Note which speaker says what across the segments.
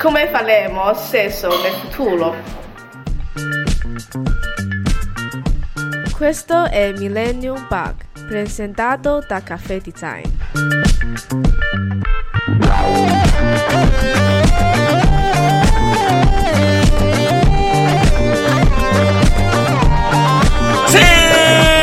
Speaker 1: Come faremo sesso nel futuro?
Speaker 2: Questo è Millennium Bug, presentato da Caffè Design.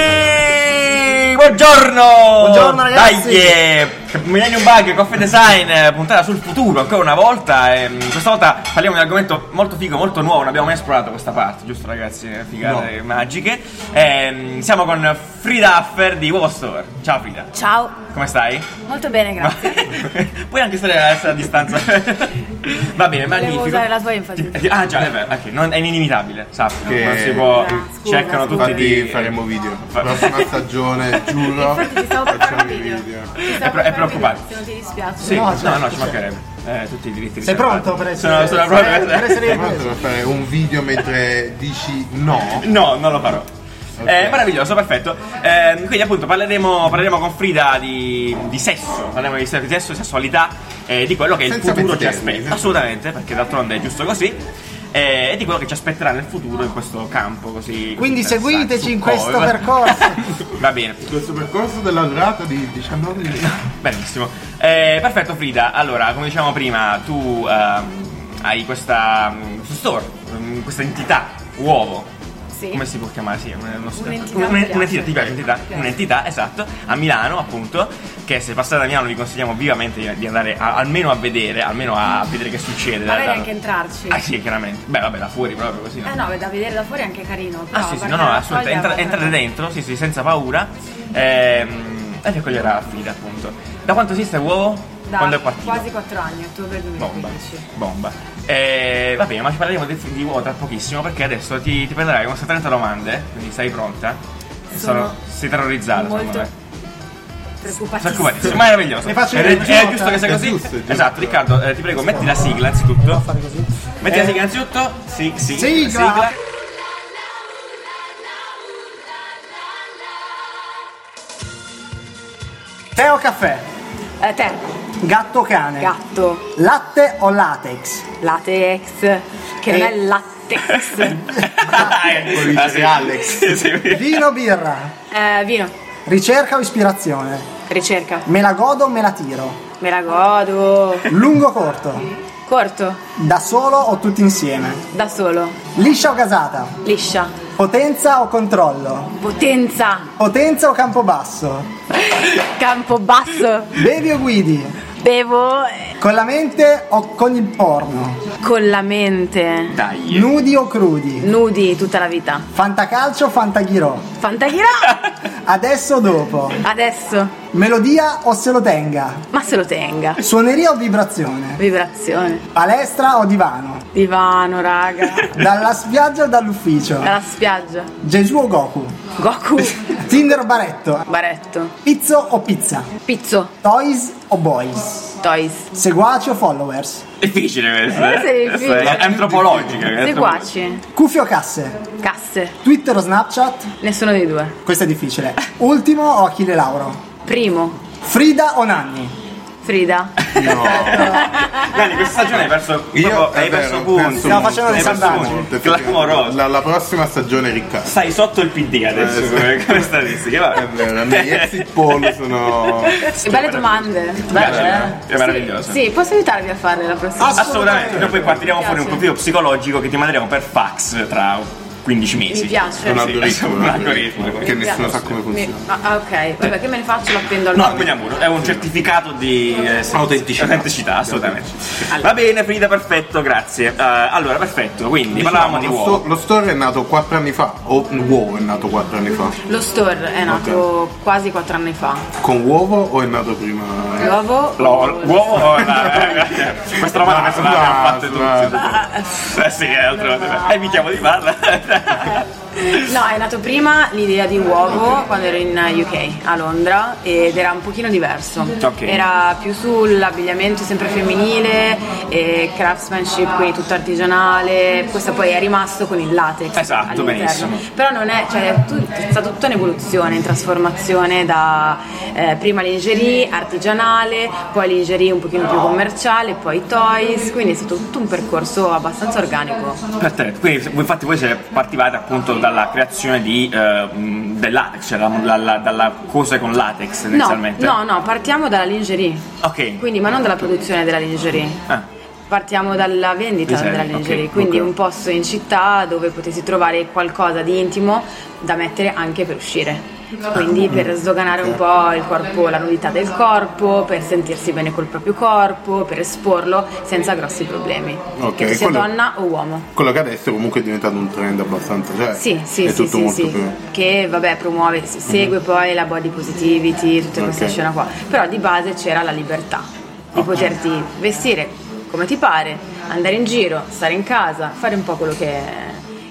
Speaker 3: Sì! Buongiorno!
Speaker 4: Buongiorno, ragazzi!
Speaker 3: Dai, eh, Millennium Bug, Coffee Design, eh, puntata sul futuro ancora una volta. ehm, questa volta parliamo di un argomento molto figo, molto nuovo, non abbiamo mai esplorato questa parte, giusto ragazzi? Figate magiche. Ehm, siamo con Frida Affer di Wallstore. Ciao Frida,
Speaker 5: Ciao,
Speaker 3: come stai?
Speaker 5: molto bene, grazie.
Speaker 3: Puoi anche stare a, essere a distanza. Va bene, magnifico.
Speaker 5: usare la tua enfasi.
Speaker 3: Eh, Ah già, è vero, ok, non- è inimitabile, sappi,
Speaker 4: Che-
Speaker 3: non si può...
Speaker 5: Ah, scusa,
Speaker 3: cercano tutti
Speaker 4: Infatti
Speaker 3: di...
Speaker 4: faremo video.
Speaker 3: fa-
Speaker 4: Prossima stagione,
Speaker 3: Ah,
Speaker 4: giuro.
Speaker 5: Infatti ti stavo per fare
Speaker 4: facciamo
Speaker 5: un
Speaker 4: i
Speaker 5: video. Ti
Speaker 3: È pre- è
Speaker 5: stavo per fare un
Speaker 3: preoccupante.
Speaker 5: video, Se non ti dispiace.
Speaker 3: Sì,
Speaker 6: No,
Speaker 3: no,
Speaker 6: certo,
Speaker 3: no, ci
Speaker 6: certo.
Speaker 3: mancherebbe. Eh, tutti i diritti
Speaker 6: Sei
Speaker 3: riservati.
Speaker 6: pronto per essere-
Speaker 3: Sono, sono
Speaker 6: per-
Speaker 3: pronto per
Speaker 6: per essere-
Speaker 4: Tra l'altro, per fare un video mentre dici no.
Speaker 3: No, non lo farò.
Speaker 4: Ok.
Speaker 3: Eh, meraviglioso, perfetto. Eh, quindi appunto parleremo, parleremo con Frida di, di sesso, parleremo di se- di sesso, sessualità, eh, di quello che
Speaker 4: Senza
Speaker 3: il futuro ci
Speaker 4: pezzettini,
Speaker 3: aspetta.
Speaker 4: senza-
Speaker 3: Assolutamente, perché d'altronde è giusto così. eh, E di quello che ci aspetterà nel futuro in questo campo così. così
Speaker 6: Quindi
Speaker 3: interessante,
Speaker 6: seguiteci in
Speaker 3: succoso,
Speaker 6: questo
Speaker 3: eh, va-
Speaker 6: percorso.
Speaker 3: Va bene.
Speaker 4: Questo percorso della durata di 19 minuti.
Speaker 3: Benissimo. Eh, perfetto Frida, allora come dicevamo prima tu ehm, hai questa mm, questo store, mm, questa entità, uovo.
Speaker 5: Sì.
Speaker 3: Come si può chiamare? Sì, un- uno-
Speaker 5: Un'entità,
Speaker 3: un-
Speaker 5: mi piace.
Speaker 3: un'entità, ti piace, un'entità,
Speaker 5: piace.
Speaker 3: un'entità, esatto, a Milano appunto, che se passate a Milano vi consigliamo vivamente di- di andare a- almeno a vedere, almeno a vedere che succede.
Speaker 5: Magari
Speaker 3: Da- da-
Speaker 5: anche entrarci.
Speaker 3: Ah sì, chiaramente. Beh vabbè, da fuori proprio così. no?
Speaker 5: Eh no, da vedere da fuori è anche carino.
Speaker 3: Ah
Speaker 5: però
Speaker 3: sì, sì,
Speaker 5: guardare
Speaker 3: no, no,
Speaker 5: la
Speaker 3: assolutamente,
Speaker 5: foglia
Speaker 3: entra-
Speaker 5: va
Speaker 3: entrate
Speaker 5: bene.
Speaker 3: dentro, sì, sì, senza paura. Ehm, e raccoglierà Frida, appunto. Da quanto esiste uovo?
Speaker 5: Da
Speaker 3: Quando è partito?
Speaker 5: quasi 4 anni, ottobre
Speaker 3: Bomba.
Speaker 5: 2015.
Speaker 3: Bomba. Eh, va bene, ma ci parleremo di, di uovo tra pochissimo perché adesso ti, ti prenderai con queste 30 domande, quindi sei pronta?
Speaker 5: Sono
Speaker 3: sei terrorizzata, secondo
Speaker 5: molto
Speaker 3: me.
Speaker 5: Preoccupatissimo.
Speaker 3: Preoccupatissimo, meraviglioso.
Speaker 6: Le faccio
Speaker 3: È,
Speaker 6: vedere
Speaker 3: è
Speaker 6: giusta.
Speaker 3: giusto che sia
Speaker 4: È
Speaker 3: così?
Speaker 4: giusto, è giusto.
Speaker 3: Esatto, Riccardo, eh, ti prego, metti la sigla anzitutto.
Speaker 6: Fare così.
Speaker 3: Metti
Speaker 6: Eh,
Speaker 3: la sigla anzitutto. Sì, sì.
Speaker 6: Sigla. Tè o caffè?
Speaker 5: Eh, te,
Speaker 6: Gatto o cane?
Speaker 5: gatto,
Speaker 6: Latte o latex?
Speaker 5: latex, che non
Speaker 6: Eh.
Speaker 5: è latex.
Speaker 4: Poi
Speaker 3: Dai.
Speaker 4: dice
Speaker 3: Ah, sì.
Speaker 4: Alex.
Speaker 3: Sì, sì.
Speaker 6: Vino o birra?
Speaker 5: Eh, vino,
Speaker 6: Ricerca o ispirazione?
Speaker 5: ricerca,
Speaker 6: Me la godo o me la tiro?
Speaker 5: me la godo.
Speaker 6: Lungo o corto?
Speaker 5: Corto,
Speaker 6: Da solo o tutti insieme?
Speaker 5: da solo,
Speaker 6: Liscia o gasata?
Speaker 5: liscia,
Speaker 6: Potenza o controllo?
Speaker 5: potenza,
Speaker 6: Potenza o campobasso?
Speaker 5: campo basso.
Speaker 6: Bevi o guidi?
Speaker 5: Bevo eh,
Speaker 6: Con la mente o con il porno?
Speaker 5: con la mente.
Speaker 3: Dai.
Speaker 6: Nudi o crudi?
Speaker 5: Nudi tutta la vita.
Speaker 6: Fantacalcio o fantaghirò?
Speaker 5: Fantaghirà!
Speaker 6: Adesso o dopo?
Speaker 5: Adesso,
Speaker 6: Melodia o se lo tenga?
Speaker 5: ma se lo tenga.
Speaker 6: Suoneria o vibrazione?
Speaker 5: Vibrazione.
Speaker 6: Palestra o divano?
Speaker 5: Divano, raga.
Speaker 6: Dalla spiaggia o dall'ufficio?
Speaker 5: Dalla spiaggia.
Speaker 6: Gesù o Goku?
Speaker 5: Goku.
Speaker 6: Tinder o baretto?
Speaker 5: Baretto.
Speaker 6: Pizzo o pizza?
Speaker 5: Pizzo.
Speaker 6: Toys o boys?
Speaker 5: Toys.
Speaker 6: Seguaci o followers?
Speaker 3: Difficile questo. eh.
Speaker 5: Eh, sì,
Speaker 3: Questo
Speaker 5: difficile.
Speaker 3: è antropologico. è antropologico.
Speaker 5: Seguaci.
Speaker 6: Cuffie o casse?
Speaker 5: Casse.
Speaker 6: Twitter o Snapchat?
Speaker 5: Nessuno dei due.
Speaker 6: Questo è difficile. Ultimo o Achille Lauro?
Speaker 5: Primo.
Speaker 6: Frida o Nanni?
Speaker 5: Frida.
Speaker 4: No.
Speaker 3: Dani, questa stagione hai perso,
Speaker 4: Io
Speaker 3: proprio,
Speaker 4: è
Speaker 3: hai
Speaker 4: vero,
Speaker 3: perso
Speaker 4: penso
Speaker 3: punti.
Speaker 6: Stiamo facendo
Speaker 3: hai
Speaker 6: dei
Speaker 3: perso
Speaker 6: sondaggi.
Speaker 3: punti.
Speaker 4: Effettivamente,
Speaker 3: Clamoroso.
Speaker 4: La, la prossima stagione ricca.
Speaker 3: Stai sotto il PD adesso
Speaker 4: Eh, sì.
Speaker 3: come, come statistiche, va.
Speaker 4: È vero, i miei exit poll sono...
Speaker 5: Che belle domande. Belle. eh?
Speaker 3: È meraviglioso.
Speaker 5: Sì, posso aiutarvi a fare la prossima?
Speaker 3: Ah, Assolutamente, noi poi qua tiriamo fuori un
Speaker 5: Mi piace.
Speaker 3: profilo psicologico che ti manderemo per fax tra 15 mesi.
Speaker 5: Mi piace.
Speaker 4: Un
Speaker 3: Sì,
Speaker 4: algoritmo,
Speaker 3: un algoritmo.
Speaker 4: Che nessuno sa come
Speaker 5: Mi-
Speaker 4: funziona.
Speaker 5: Ah, ah, ok, vabbè, che me ne faccio? Lo appendo al
Speaker 3: No,
Speaker 5: muro.
Speaker 3: quindi amore, è un certificato di eh, sì,
Speaker 4: Autenticità.
Speaker 3: autenticità, assolutamente. Va bene, Frida, perfetto, grazie. Eh, allora, perfetto, quindi parlavamo di
Speaker 4: Diciamo,
Speaker 3: uovo.
Speaker 4: lo, sto- lo store è nato 4 anni fa. O uovo è nato 4 anni fa.
Speaker 5: Lo store è nato quasi 4 anni fa.
Speaker 4: Con uovo o è nato prima?
Speaker 5: L'uovo.
Speaker 3: Lo- L'uovo o la... eh, Questa domanda penso l'abbiamo
Speaker 4: Ma-
Speaker 3: fatta
Speaker 4: ma-
Speaker 3: tutti. Eh sì, è altre volte. Eh, mi chiamo di farla.
Speaker 5: No, è nato prima l'idea di uovo quando ero in UK a Londra ed era un pochino diverso.
Speaker 3: Ok.
Speaker 5: Era più sull'abbigliamento sempre femminile, e craftsmanship, quindi tutto artigianale. Questo poi è rimasto con il latex.
Speaker 3: Esatto,
Speaker 5: all'interno.
Speaker 3: benissimo.
Speaker 5: Però non è, cioè, è tut- è stata tutta un'evoluzione in trasformazione da eh, prima lingerie artigianale, poi lingerie un pochino più commerciale, poi toys. Quindi è stato tutto un percorso abbastanza organico.
Speaker 3: Perfetto, quindi se- voi- infatti voi se partivate appunto dalla creazione di, eh, mh, del latex, cioè la- la- la- dalla cosa con latex
Speaker 5: No,
Speaker 3: tendenzialmente.
Speaker 5: no, no, partiamo dalla lingerie.
Speaker 3: Ok.
Speaker 5: Quindi, ma non dalla produzione della lingerie.
Speaker 3: Ah.
Speaker 5: Partiamo dalla vendita
Speaker 3: Miseria,
Speaker 5: della lingerie,
Speaker 3: ok,
Speaker 5: quindi
Speaker 3: ok.
Speaker 5: un posto in città dove potessi trovare qualcosa di intimo da mettere anche per uscire. Quindi per sdoganare un po' il corpo, la nudità del corpo, per sentirsi bene col proprio corpo, per esporlo senza grossi problemi.
Speaker 4: Ok,
Speaker 5: che tu sia
Speaker 4: quello-
Speaker 5: donna o uomo.
Speaker 4: Quello che adesso comunque è diventato un trend abbastanza. Cioè,
Speaker 5: Sì, sì,
Speaker 4: è
Speaker 5: sì,
Speaker 4: tutto
Speaker 5: sì,
Speaker 4: molto
Speaker 5: sì.
Speaker 4: più. Mhm.
Speaker 5: che vabbè promuove, s- segue poi la body positivity, tutte queste
Speaker 4: Ok.
Speaker 5: scene qua, però di base c'era la libertà di poterti vestire come ti pare, andare in giro, stare in casa, fare un po' quello che,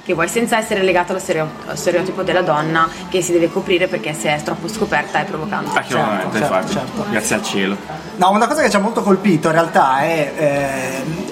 Speaker 5: che vuoi senza essere legato allo stereo- allo stereotipo della donna che si deve coprire perché se è troppo scoperta è provocante.
Speaker 3: Ah, che momento,
Speaker 6: certo,
Speaker 3: infatti.
Speaker 6: certo.
Speaker 3: Grazie al cielo.
Speaker 6: No, una cosa che ci ha molto colpito in realtà è ehm,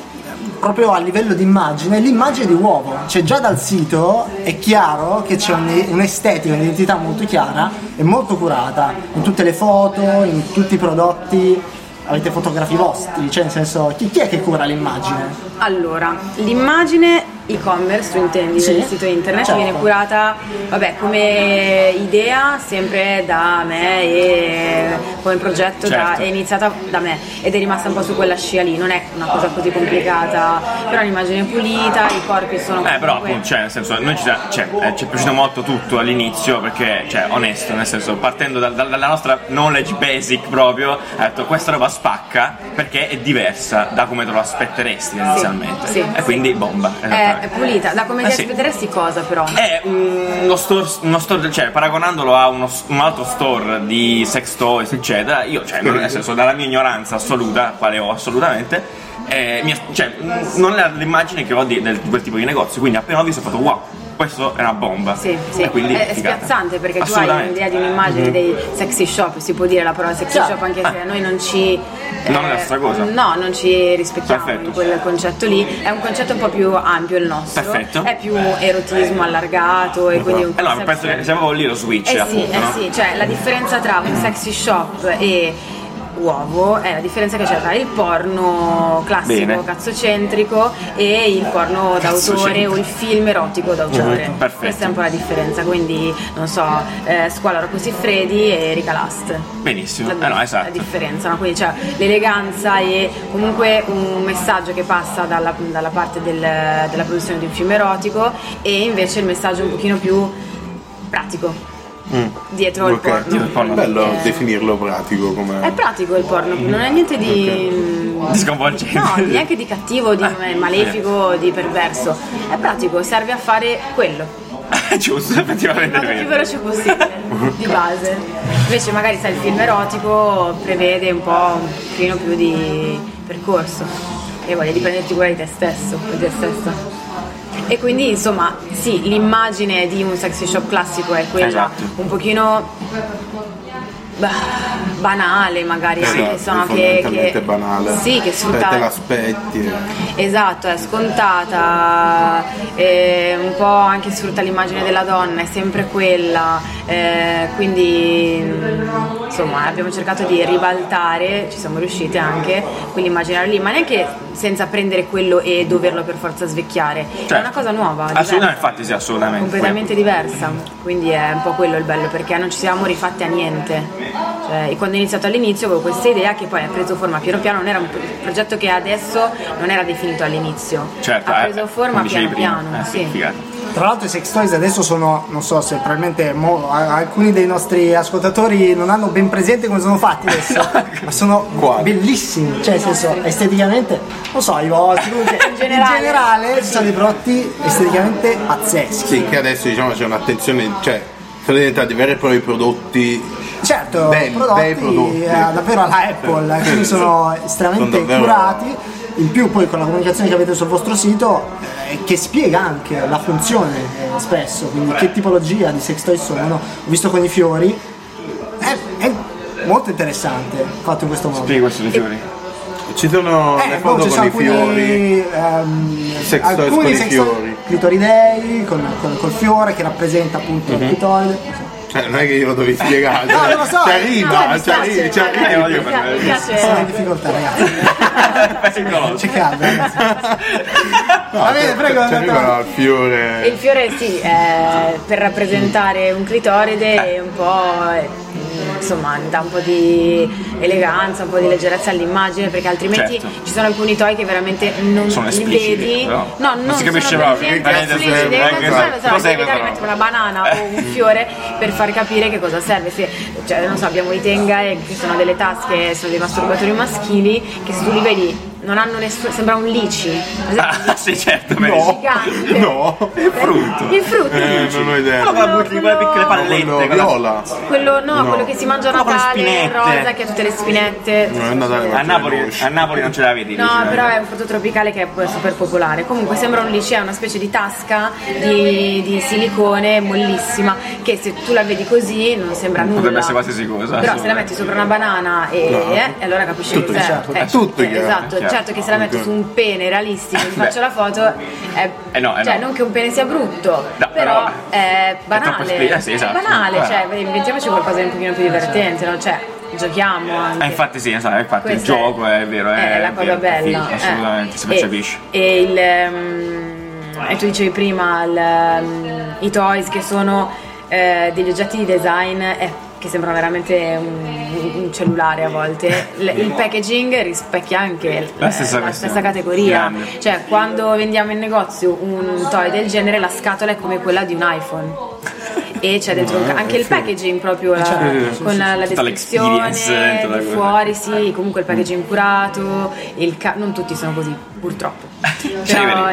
Speaker 6: proprio a livello di immagine, l'immagine di uovo. Cioè già dal sito è chiaro che c'è un- un'estetica, un'identità molto chiara e molto curata in tutte le foto, in tutti i prodotti. Avete fotografi vostri, cioè nel senso chi, chi è che cura l'immagine?
Speaker 5: Allora, l'immagine e-commerce, tu intendi,
Speaker 6: Sì.
Speaker 5: del sito internet,
Speaker 6: Certo.
Speaker 5: viene curata, vabbè, come idea sempre da me e come progetto da-
Speaker 3: Certo.
Speaker 5: è iniziata da me ed è rimasta un po' su quella scia lì, non è una cosa così complicata, però è un'immagine pulita, i corpi sono...
Speaker 3: Eh, però
Speaker 5: comunque-
Speaker 3: appunto, cioè, nel senso, noi ci, sa- cioè, eh, ci è piaciuto molto tutto all'inizio perché, cioè, onesto, nel senso, partendo dal- dal- dalla nostra knowledge basic proprio, ha detto questa roba spacca perché è diversa da come te lo aspetteresti tendenzialmente.
Speaker 5: sì,
Speaker 3: e
Speaker 5: sì. Eh,
Speaker 3: quindi bomba.
Speaker 5: è, è
Speaker 3: esattamente.
Speaker 5: pulita, da come
Speaker 3: Eh,
Speaker 5: ti
Speaker 3: sì.
Speaker 5: aspetteresti cosa però?
Speaker 3: È uno store, uno store- cioè paragonandolo a uno s- un altro store di sex toys, eccetera, io, cioè, non- nel senso, dalla mia ignoranza assoluta, quale ho assolutamente, eh, mi- cioè, mh, non è l'immagine che ho di, del- di quel tipo di negozio, quindi appena ho visto ho fatto wow, questo è una bomba.
Speaker 5: Sì, sì.
Speaker 3: E quindi
Speaker 5: è, è
Speaker 3: figata.
Speaker 5: spiazzante perché tu hai
Speaker 3: Assolutamente. Eh.
Speaker 5: un'idea di un'immagine dei sexy shop, si può dire la parola sexy
Speaker 6: Chiaro.
Speaker 5: shop anche se a noi non ci... eh,
Speaker 3: Non è la stessa cosa.
Speaker 5: No, non ci rispecchiamo
Speaker 3: Perfetto.
Speaker 5: in quel concetto lì, è un concetto un po' più ampio il nostro,
Speaker 3: Perfetto.
Speaker 5: è più erotismo allargato e quindi un
Speaker 3: Eh no,
Speaker 5: concept-
Speaker 3: penso che siamo lì lo switch,
Speaker 5: eh sì,
Speaker 3: appunto,
Speaker 5: eh
Speaker 3: no?
Speaker 5: sì, cioè la differenza tra un sexy shop e uovo è la differenza che c'è tra il porno classico,
Speaker 3: Bene.
Speaker 5: cazzocentrico e il porno d'autore
Speaker 3: Cazzocentrico.
Speaker 5: o il film erotico d'autore.
Speaker 3: Mhm, perfetto.
Speaker 5: Questa è un po' la differenza, quindi non so, eh, Squallaro così Freddy e Ricalast.
Speaker 3: Benissimo.
Speaker 5: La,
Speaker 3: Eh no,
Speaker 5: la
Speaker 3: esatto.
Speaker 5: differenza, no? quindi c'è l'eleganza e comunque un messaggio che passa dalla, dalla parte del- della produzione di un film erotico e invece il messaggio un pochino più pratico dietro il
Speaker 4: Mm. Ok,
Speaker 5: porno.
Speaker 3: il porno. Mm.
Speaker 4: Bello
Speaker 5: Eh,
Speaker 4: definirlo pratico
Speaker 5: È
Speaker 4: come.
Speaker 5: pratico il porno, non è niente di. mm,
Speaker 3: Di sconvolgente. Ah.
Speaker 5: No, neanche di cattivo, di malefico, di perverso. È pratico, serve a fare quello.
Speaker 3: Giusto, effettivamente.
Speaker 5: Vado
Speaker 3: è
Speaker 5: più
Speaker 3: vero.
Speaker 5: veloce possibile, di base. Invece magari sai il film erotico prevede un po' un pochino più di percorso e voglia di prenderti cura di te stesso, di te stessa. E quindi insomma sì, l'immagine di un sexy shop classico è quella,
Speaker 3: Esatto.
Speaker 5: un pochino ba- banale magari,
Speaker 4: Esatto,
Speaker 5: anche, insomma, che,
Speaker 4: fondamentalmente
Speaker 5: che-
Speaker 4: banale.
Speaker 5: Sì, che
Speaker 4: Cioè, te
Speaker 5: sfruttava
Speaker 4: l'aspetti. e-
Speaker 5: Esatto, è scontata, eh, un po' anche sfrutta l'immagine della donna, è sempre quella, eh, quindi mm, insomma abbiamo cercato di ribaltare, ci siamo riuscite anche, quell'immaginario lì, ma neanche senza prendere quello e doverlo per forza svecchiare, è
Speaker 3: Certo.
Speaker 5: una cosa nuova,
Speaker 3: Assolutamente,
Speaker 5: diversa,
Speaker 3: infatti, sì, assolutamente.
Speaker 5: completamente diversa, quindi è un po' quello il bello perché non ci siamo rifatti a niente. Cioè, e quando ho iniziato all'inizio avevo questa idea che poi ha preso forma piano piano, non era un progetto che adesso non era definito all'inizio,
Speaker 3: Certo,
Speaker 5: ha
Speaker 3: eh,
Speaker 5: preso forma
Speaker 3: come dicevi
Speaker 5: piano
Speaker 3: prima.
Speaker 5: piano.
Speaker 3: Eh,
Speaker 5: sì.
Speaker 3: figata.
Speaker 6: Tra l'altro i sex toys adesso sono, non so se probabilmente mo- a- alcuni dei nostri ascoltatori non hanno ben presente come sono fatti adesso, ma sono
Speaker 4: Quali?
Speaker 6: bellissimi, cioè nel senso esteticamente, non so, i vostri, comunque, in
Speaker 5: generale.
Speaker 6: generale ci sono dei prodotti esteticamente pazzeschi.
Speaker 4: Sì, che adesso diciamo c'è un'attenzione, cioè sono diventati veri e propri prodotti.
Speaker 6: Certo,
Speaker 4: Belli,
Speaker 6: prodotti,
Speaker 4: bei prodotti.
Speaker 6: eh, davvero alla Apple,
Speaker 4: Sì,
Speaker 6: quindi
Speaker 4: sì.
Speaker 6: sono
Speaker 4: Sono
Speaker 6: estremamente
Speaker 4: davvero-
Speaker 6: curati in più poi con la comunicazione che avete sul vostro sito eh, che spiega anche la funzione eh, spesso, quindi che tipologia di sextoy sono, ho visto con i fiori, è, è molto interessante fatto in questo modo.
Speaker 3: Spiego questo dei fiori.
Speaker 4: Ci sono
Speaker 6: Eh,
Speaker 4: le
Speaker 6: boh,
Speaker 4: foto
Speaker 6: ci
Speaker 4: con
Speaker 6: sono
Speaker 4: i
Speaker 6: alcuni,
Speaker 4: fiori.
Speaker 6: ehm,
Speaker 4: Sex toys
Speaker 6: alcuni
Speaker 4: con i
Speaker 6: sex
Speaker 4: fiori.
Speaker 6: clitoridei con, con- col fiore che rappresenta appunto
Speaker 4: Mhm.
Speaker 6: il clitoride.
Speaker 4: Cioè, non è che io lo devi spiegare.
Speaker 6: No,
Speaker 4: cioè,
Speaker 6: non lo so.
Speaker 4: Ci
Speaker 5: No, mi
Speaker 4: arriva, ci
Speaker 5: piace,
Speaker 4: arriva, ci
Speaker 5: guarda,
Speaker 4: arriva.
Speaker 3: io per me.
Speaker 5: Mi piace.
Speaker 6: Sono in difficoltà,
Speaker 3: Certo.
Speaker 6: ragazzi.
Speaker 3: Piccolo.
Speaker 6: C'è caldo, ragazzi.
Speaker 4: No,
Speaker 6: Va bene,
Speaker 4: cioè,
Speaker 6: prego, andate
Speaker 4: Ci arriva
Speaker 6: avanti.
Speaker 5: E Il
Speaker 4: il fiore.
Speaker 5: fiore sì, è per rappresentare un clitoride e un po' eh, insomma dà un po' di eleganza, un po' di leggerezza all'immagine perché altrimenti
Speaker 3: Certo.
Speaker 5: ci sono alcuni toy che veramente non
Speaker 3: Sono
Speaker 5: li
Speaker 3: espliciti,
Speaker 5: vedi.
Speaker 3: però
Speaker 5: No,
Speaker 3: non
Speaker 5: non
Speaker 3: si capisce
Speaker 5: sono
Speaker 3: proprio,
Speaker 5: per niente
Speaker 3: veramente
Speaker 5: espliciti,
Speaker 3: serve,
Speaker 5: non
Speaker 3: anche
Speaker 5: sanno,
Speaker 3: se- cosa
Speaker 5: sai, devi
Speaker 3: serve,
Speaker 5: dare,
Speaker 3: però?
Speaker 5: metti una banana o un fiore per far capire che cosa serve. Se, cioè, non so, abbiamo i tenga e che sono delle tasche, sono dei masturbatori maschili che se tu li vedi non hanno nessuno, sembra un lici.
Speaker 3: Ah, sì, certo, beh,
Speaker 4: No.
Speaker 3: sì.
Speaker 5: Gigante.
Speaker 4: No.
Speaker 3: Il frutto.
Speaker 5: Il frutto.
Speaker 4: Eh, non ho idea.
Speaker 3: Quello con la buccia di quelle piccole pallette.
Speaker 4: Quello
Speaker 3: quella-
Speaker 4: viola.
Speaker 5: Quello no,
Speaker 4: No.
Speaker 5: quello che si mangia a
Speaker 3: Quello con le
Speaker 5: Natale,
Speaker 3: spinette.
Speaker 5: rosa, che ha tutte le spinette.
Speaker 4: No, è Natale,
Speaker 3: A
Speaker 4: ma-
Speaker 3: Napoli, a Napoli non ce la vedi.
Speaker 5: No,
Speaker 3: dici,
Speaker 5: però
Speaker 3: eh.
Speaker 5: è un frutto tropicale che è poi super popolare. Comunque sembra un liceo, è una specie di tasca di, di silicone mollissima che se tu la vedi così non sembra nulla.
Speaker 3: Potrebbe essere qualsiasi cosa,
Speaker 5: Però se la metti sopra una banana e,
Speaker 4: No.
Speaker 5: eh, e allora capisci
Speaker 4: Tutto
Speaker 5: che cos'è.
Speaker 4: chiaro, tutto
Speaker 5: eh,
Speaker 4: chiaro.
Speaker 5: Esatto,
Speaker 3: Chiaro.
Speaker 5: certo che se la metti su un pene realistico, ti
Speaker 3: Beh.
Speaker 5: faccio la foto, è-
Speaker 3: Eh no, eh
Speaker 5: cioè
Speaker 3: no.
Speaker 5: non che un pene sia brutto,
Speaker 3: No,
Speaker 5: però
Speaker 3: però è
Speaker 5: è
Speaker 3: troppo
Speaker 5: banale.
Speaker 3: espli- eh sì, esatto.
Speaker 5: È banale,
Speaker 3: Eh.
Speaker 5: cioè inventiamoci qualcosa di un pochino più divertente, no? Cioè giochiamo anche.
Speaker 3: Eh, infatti sì, esatto, infatti il
Speaker 5: Questa eh,
Speaker 3: gioco eh, è, vero, è,
Speaker 5: la
Speaker 3: vero,
Speaker 5: cosa bella.
Speaker 3: sì,
Speaker 5: eh.
Speaker 3: assolutamente, si
Speaker 5: E-
Speaker 3: percepisce.
Speaker 5: E, il, ehm, e tu dicevi prima il, ehm, i toys che sono eh, degli oggetti di design eh, che sembrano veramente un, un cellulare a volte. Il, il packaging rispecchia anche l-
Speaker 3: La stessa questione.
Speaker 5: stessa categoria.
Speaker 3: Grande.
Speaker 5: Cioè, quando vendiamo in negozio un toy del genere, la scatola è come quella di un iPhone. E c'è dentro un ca- anche il packaging proprio
Speaker 3: Eh,
Speaker 5: la-
Speaker 3: certo,
Speaker 5: con la, la
Speaker 3: Tutta
Speaker 5: descrizione,
Speaker 3: l'experience dentro la
Speaker 5: di
Speaker 3: cosa.
Speaker 5: fuori, sì, comunque il packaging curato, il ca- non tutti sono così purtroppo, però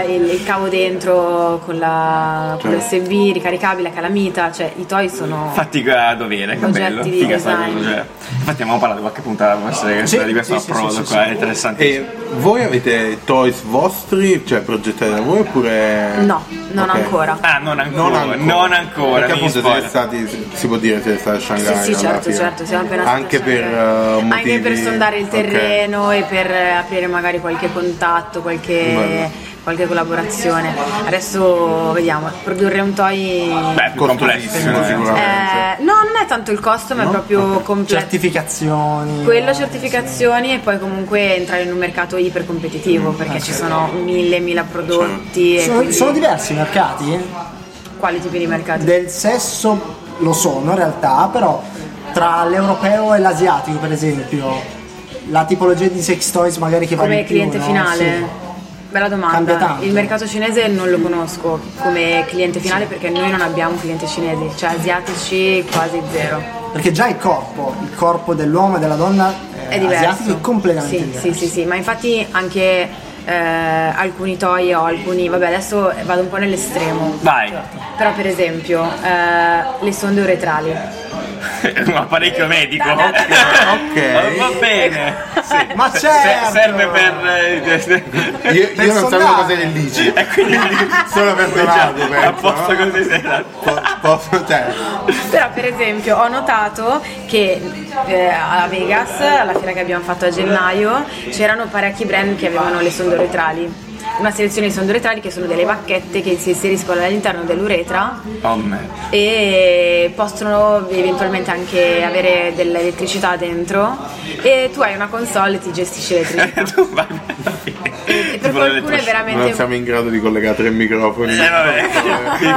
Speaker 3: Sì,
Speaker 5: il, il cavo dentro con la con
Speaker 4: Cioè.
Speaker 5: l'USB ricaricabile, la calamita, cioè i toy sono...
Speaker 3: Fatica a dovere, che
Speaker 5: Oggetti
Speaker 3: bello.
Speaker 5: di
Speaker 3: Figa sta
Speaker 5: design.
Speaker 3: cosa, cioè. Infatti abbiamo parlato qualche puntata può essere
Speaker 6: Sì,
Speaker 3: di questo
Speaker 6: sì, sì,
Speaker 3: approdo
Speaker 6: sì, sì,
Speaker 3: qua,
Speaker 6: sì.
Speaker 3: è interessante.
Speaker 4: E voi avete toys vostri, cioè progettati da voi oppure.
Speaker 5: No, non
Speaker 4: Ok.
Speaker 5: ancora.
Speaker 3: Ah, non
Speaker 4: Non
Speaker 3: ancora,
Speaker 4: ancora.
Speaker 3: non ancora,
Speaker 4: Perché
Speaker 3: mi
Speaker 4: appunto
Speaker 3: spoiler.
Speaker 4: siete stati, si può dire siete stati a
Speaker 5: Sì,
Speaker 4: Shanghai.
Speaker 5: sì,
Speaker 4: alla
Speaker 5: certo,
Speaker 4: fine.
Speaker 5: certo, siamo appena stati
Speaker 4: Anche
Speaker 5: a
Speaker 4: per
Speaker 5: Shanghai.
Speaker 4: eh, motivi.
Speaker 5: Anche per sondare il
Speaker 4: Ok.
Speaker 5: terreno e per eh, aprire magari qualche contatto, qualche,
Speaker 4: Bello.
Speaker 5: qualche collaborazione. Adesso vediamo, produrre un toy...
Speaker 3: Beh, più
Speaker 4: Costosissimo,
Speaker 3: complesso. eh.
Speaker 4: sicuramente.
Speaker 5: Eh, no, non è tanto il costo, ma è proprio completo.
Speaker 6: Certificazioni.
Speaker 5: Quello, certificazioni e poi comunque entrare in un mercato
Speaker 6: Mm.
Speaker 5: ipercompetitivo
Speaker 6: Ah,
Speaker 5: perché ci sono mille, mila prodotti e
Speaker 6: Sono,
Speaker 5: quindi-
Speaker 6: sono diversi i mercati?
Speaker 5: quali tipi di mercati?
Speaker 6: del sesso lo sono in realtà, però tra l'europeo e l'asiatico, per esempio, la tipologia di sex toys magari che vale
Speaker 5: come
Speaker 6: di più,
Speaker 5: cliente
Speaker 6: no?
Speaker 5: finale?
Speaker 6: Sì.
Speaker 5: Bella
Speaker 6: Cambia
Speaker 5: domanda.
Speaker 6: tanto.
Speaker 5: Il mercato cinese non lo conosco come cliente finale perché noi non abbiamo clienti cinesi, cioè asiatici quasi zero.
Speaker 6: Perché già il corpo, il corpo dell'uomo e della donna eh,
Speaker 5: È diverso.
Speaker 6: asiatico è completamente
Speaker 5: sì,
Speaker 6: diverso.
Speaker 5: Sì, sì, sì, ma infatti anche eh, alcuni toy o alcuni, vabbè, adesso vado un po' nell'estremo.
Speaker 3: Vai,
Speaker 5: Però per esempio eh, le sonde uretrali.
Speaker 3: un apparecchio
Speaker 5: Eh,
Speaker 3: medico.
Speaker 5: Da- da-
Speaker 4: Ok.
Speaker 3: Va bene. Sì.
Speaker 6: Ma
Speaker 3: Se-
Speaker 6: certo!
Speaker 3: serve per... eh,
Speaker 4: Io, io
Speaker 6: Per
Speaker 4: non sapevo
Speaker 6: sondare.
Speaker 4: cosa era il lici,
Speaker 3: E quindi
Speaker 4: solo per
Speaker 3: Già,
Speaker 4: donato, penso.
Speaker 3: a posto
Speaker 4: no?
Speaker 3: così sei andato.
Speaker 4: Po- posso, cioè,
Speaker 5: Però per esempio ho notato che eh, a Vegas, alla fiera che abbiamo fatto a gennaio, c'erano parecchi brand che avevano le sonde uretrali. Una selezione di sonde uretrali che sono delle bacchette che si inseriscono all'interno dell'uretra
Speaker 3: Oh, me.
Speaker 5: e possono eventualmente anche avere dell'elettricità dentro e tu hai una console e ti gestisci l'elettricità.
Speaker 3: Tu vai alla fine.
Speaker 5: E
Speaker 3: Tipo
Speaker 5: per
Speaker 3: le
Speaker 5: qualcuno è
Speaker 3: elettroshock.
Speaker 4: non
Speaker 5: veramente
Speaker 4: siamo in grado di collegare tre microfoni.
Speaker 3: Eh, vabbè.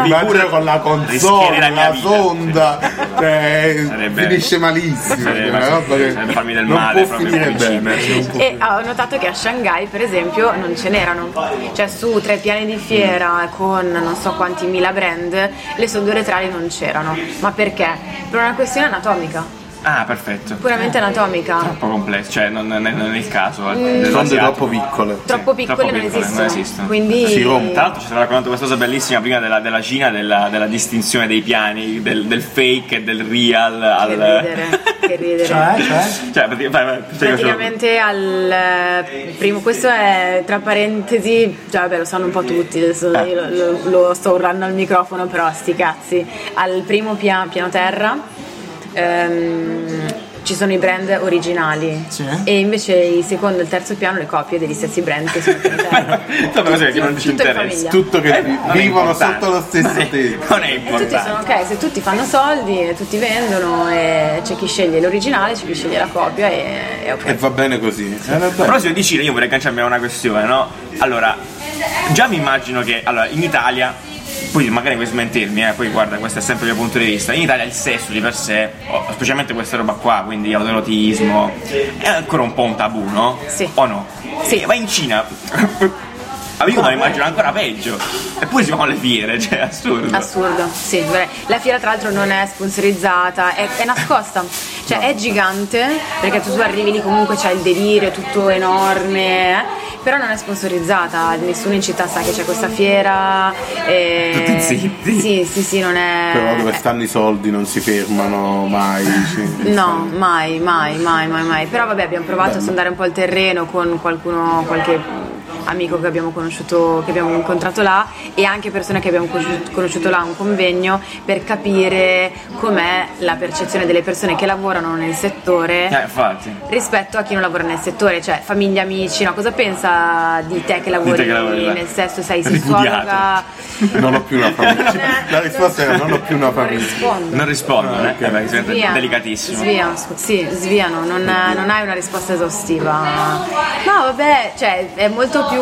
Speaker 4: Immagina con la
Speaker 3: Rischierei
Speaker 4: console,
Speaker 3: la
Speaker 4: la,
Speaker 3: mia vita.
Speaker 4: sonda, cioè,
Speaker 3: Sarebbe-
Speaker 4: finisce malissimo.
Speaker 3: sarebbe-
Speaker 4: è una roba che
Speaker 3: sarebbe farmi del
Speaker 4: non
Speaker 3: male
Speaker 4: può
Speaker 3: proprio,
Speaker 4: finire
Speaker 3: in principio.
Speaker 4: bene. non può-
Speaker 5: E ho notato che a Shanghai, per esempio, non ce n'erano. Cioè, su tre piani di fiera con non so quanti mila brand, le sonde uretrali non c'erano. Ma perché? Per una questione anatomica.
Speaker 3: Ah, perfetto.
Speaker 5: puramente anatomica.
Speaker 3: Troppo complesso, cioè non, non è, non è il caso. eh,
Speaker 4: Sonde
Speaker 3: dell'asiatico.
Speaker 4: troppo piccole.
Speaker 5: Mm. Troppo piccole
Speaker 3: troppo
Speaker 5: non,
Speaker 3: piccole,
Speaker 5: esistono.
Speaker 3: non esistono.
Speaker 5: Quindi
Speaker 4: Si rompe.
Speaker 3: Tra l'altro ci stava raccontando questa cosa bellissima prima della, della Cina, della, della distinzione dei piani, del, del fake e del real. Al...
Speaker 5: Che ridere, che ridere.
Speaker 6: Cioè, cioè?
Speaker 3: Eh.
Speaker 4: Eh?
Speaker 3: Cioè, praticamente,
Speaker 5: Praticamente al eh, primo, questo è tra parentesi, già vabbè lo sanno un po' tutti, adesso
Speaker 3: Eh.
Speaker 5: io lo, lo- lo sto urlando al microfono, però sti cazzi. Al primo pia- piano terra ehm, ci sono i brand originali
Speaker 6: Sì.
Speaker 5: e invece il secondo e il terzo piano le copie degli stessi brand che sono al piano terra.
Speaker 3: che non ci
Speaker 5: Tutto in
Speaker 3: interessa.
Speaker 5: famiglia.
Speaker 4: Tutto che
Speaker 3: Eh, non è
Speaker 4: vivono
Speaker 3: importante.
Speaker 4: sotto lo stesso
Speaker 3: Non è-
Speaker 4: tetto.
Speaker 3: Non è
Speaker 5: E tutti sono
Speaker 3: importante.
Speaker 5: ok, se tutti fanno soldi e tutti vendono e c'è chi sceglie l'originale, c'è chi sceglie la copia e è ok.
Speaker 4: E va bene così. Eh,
Speaker 3: A
Speaker 4: vabbè.
Speaker 3: proposito di Cina, io vorrei agganciarmi a una questione, no? Allora, già mi immagino che allora, in Italia, poi magari puoi smentirmi, eh, poi guarda, questo è sempre il mio punto di vista. In Italia il sesso di per sé, o- specialmente questa roba qua, quindi autoerotismo, è ancora un po' un tabù, no?
Speaker 5: Sì.
Speaker 3: O no?
Speaker 5: Sì.
Speaker 3: Ma in Cina. Amico, me lo immagino ancora peggio. Eppure si fanno le fiere, cioè, è assurdo.
Speaker 5: Assurdo, sì, guarda, la fiera tra l'altro non è sponsorizzata, è, è nascosta, cioè è gigante perché tu, tu arrivi lì comunque c'è il delirio, è tutto enorme, eh, però non è sponsorizzata, nessuno in città sa che c'è questa fiera. e-
Speaker 3: Tutti zitti.
Speaker 5: Sì, sì, sì, non è...
Speaker 4: Però dove stanno i soldi non si fermano mai. sì.
Speaker 5: No, mai, mai, mai, mai, mai. Però vabbè abbiamo provato a sondare un po' il terreno con qualcuno, qualche amico che abbiamo conosciuto, che abbiamo incontrato là e anche persone che abbiamo conosci- conosciuto là a un convegno per capire com'è la percezione delle persone che lavorano nel settore
Speaker 3: Eh, infatti.
Speaker 5: rispetto a chi non lavora nel settore, cioè famiglia, amici, no? Cosa pensa di te che lavori,
Speaker 3: che lavori là.
Speaker 5: nel sesso, sei
Speaker 3: Ripudiato.
Speaker 5: sessuologa?
Speaker 4: Non ho più una famiglia. La risposta era non ho più una
Speaker 5: Non
Speaker 4: famiglia.
Speaker 5: rispondo.
Speaker 3: Non rispondono,
Speaker 4: Ah,
Speaker 3: eh,
Speaker 4: ok.
Speaker 3: eh, perché diventa
Speaker 5: Sviano.
Speaker 3: delicatissimo.
Speaker 5: Sviano, scu- sì, sviano, non, non hai una risposta esaustiva. No, vabbè, cioè, è molto più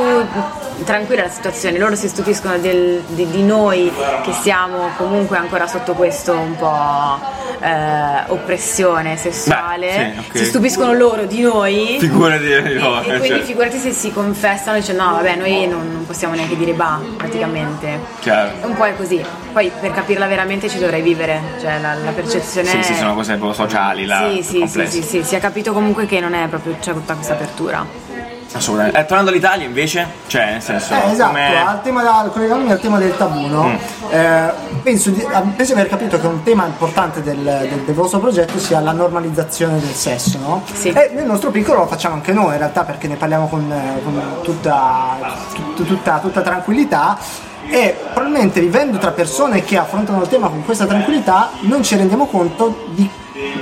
Speaker 5: tranquilla la situazione. Loro si stupiscono del- di, di noi che siamo comunque ancora sotto questo un po' eh, oppressione sessuale.
Speaker 3: Beh, sì, ok.
Speaker 5: Si stupiscono loro di noi.
Speaker 3: Figurati
Speaker 5: E,
Speaker 3: no,
Speaker 5: e quindi
Speaker 3: cioè,
Speaker 5: figurati se si confessano e dicono no vabbè noi non, non possiamo neanche dire bah praticamente
Speaker 3: chiaro.
Speaker 5: un po' è così, poi per capirla veramente ci dovrei vivere, cioè la, la percezione...
Speaker 3: Sì, sì, sono cose proprio sociali là.
Speaker 5: Sì, sì, sì,
Speaker 3: complesse.
Speaker 5: sì, sì, si è capito comunque che non è proprio, c'è tutta questa apertura.
Speaker 3: Assolutamente. Eh, tornando all'Italia invece, cioè nel senso.
Speaker 6: Eh, esatto,
Speaker 3: come- Mm.
Speaker 6: al tema da- collegandomi al tema del tabù, no? Eh, penso, di, ah, penso di aver capito che un tema importante del, del- del vostro progetto sia la normalizzazione del sesso, no?
Speaker 5: Sì.
Speaker 6: E nel nostro piccolo lo facciamo anche noi in realtà perché ne parliamo con, eh, con tutta, tut- tutta- tutta tranquillità. E probabilmente vivendo tra persone che affrontano il tema con questa tranquillità non ci rendiamo conto di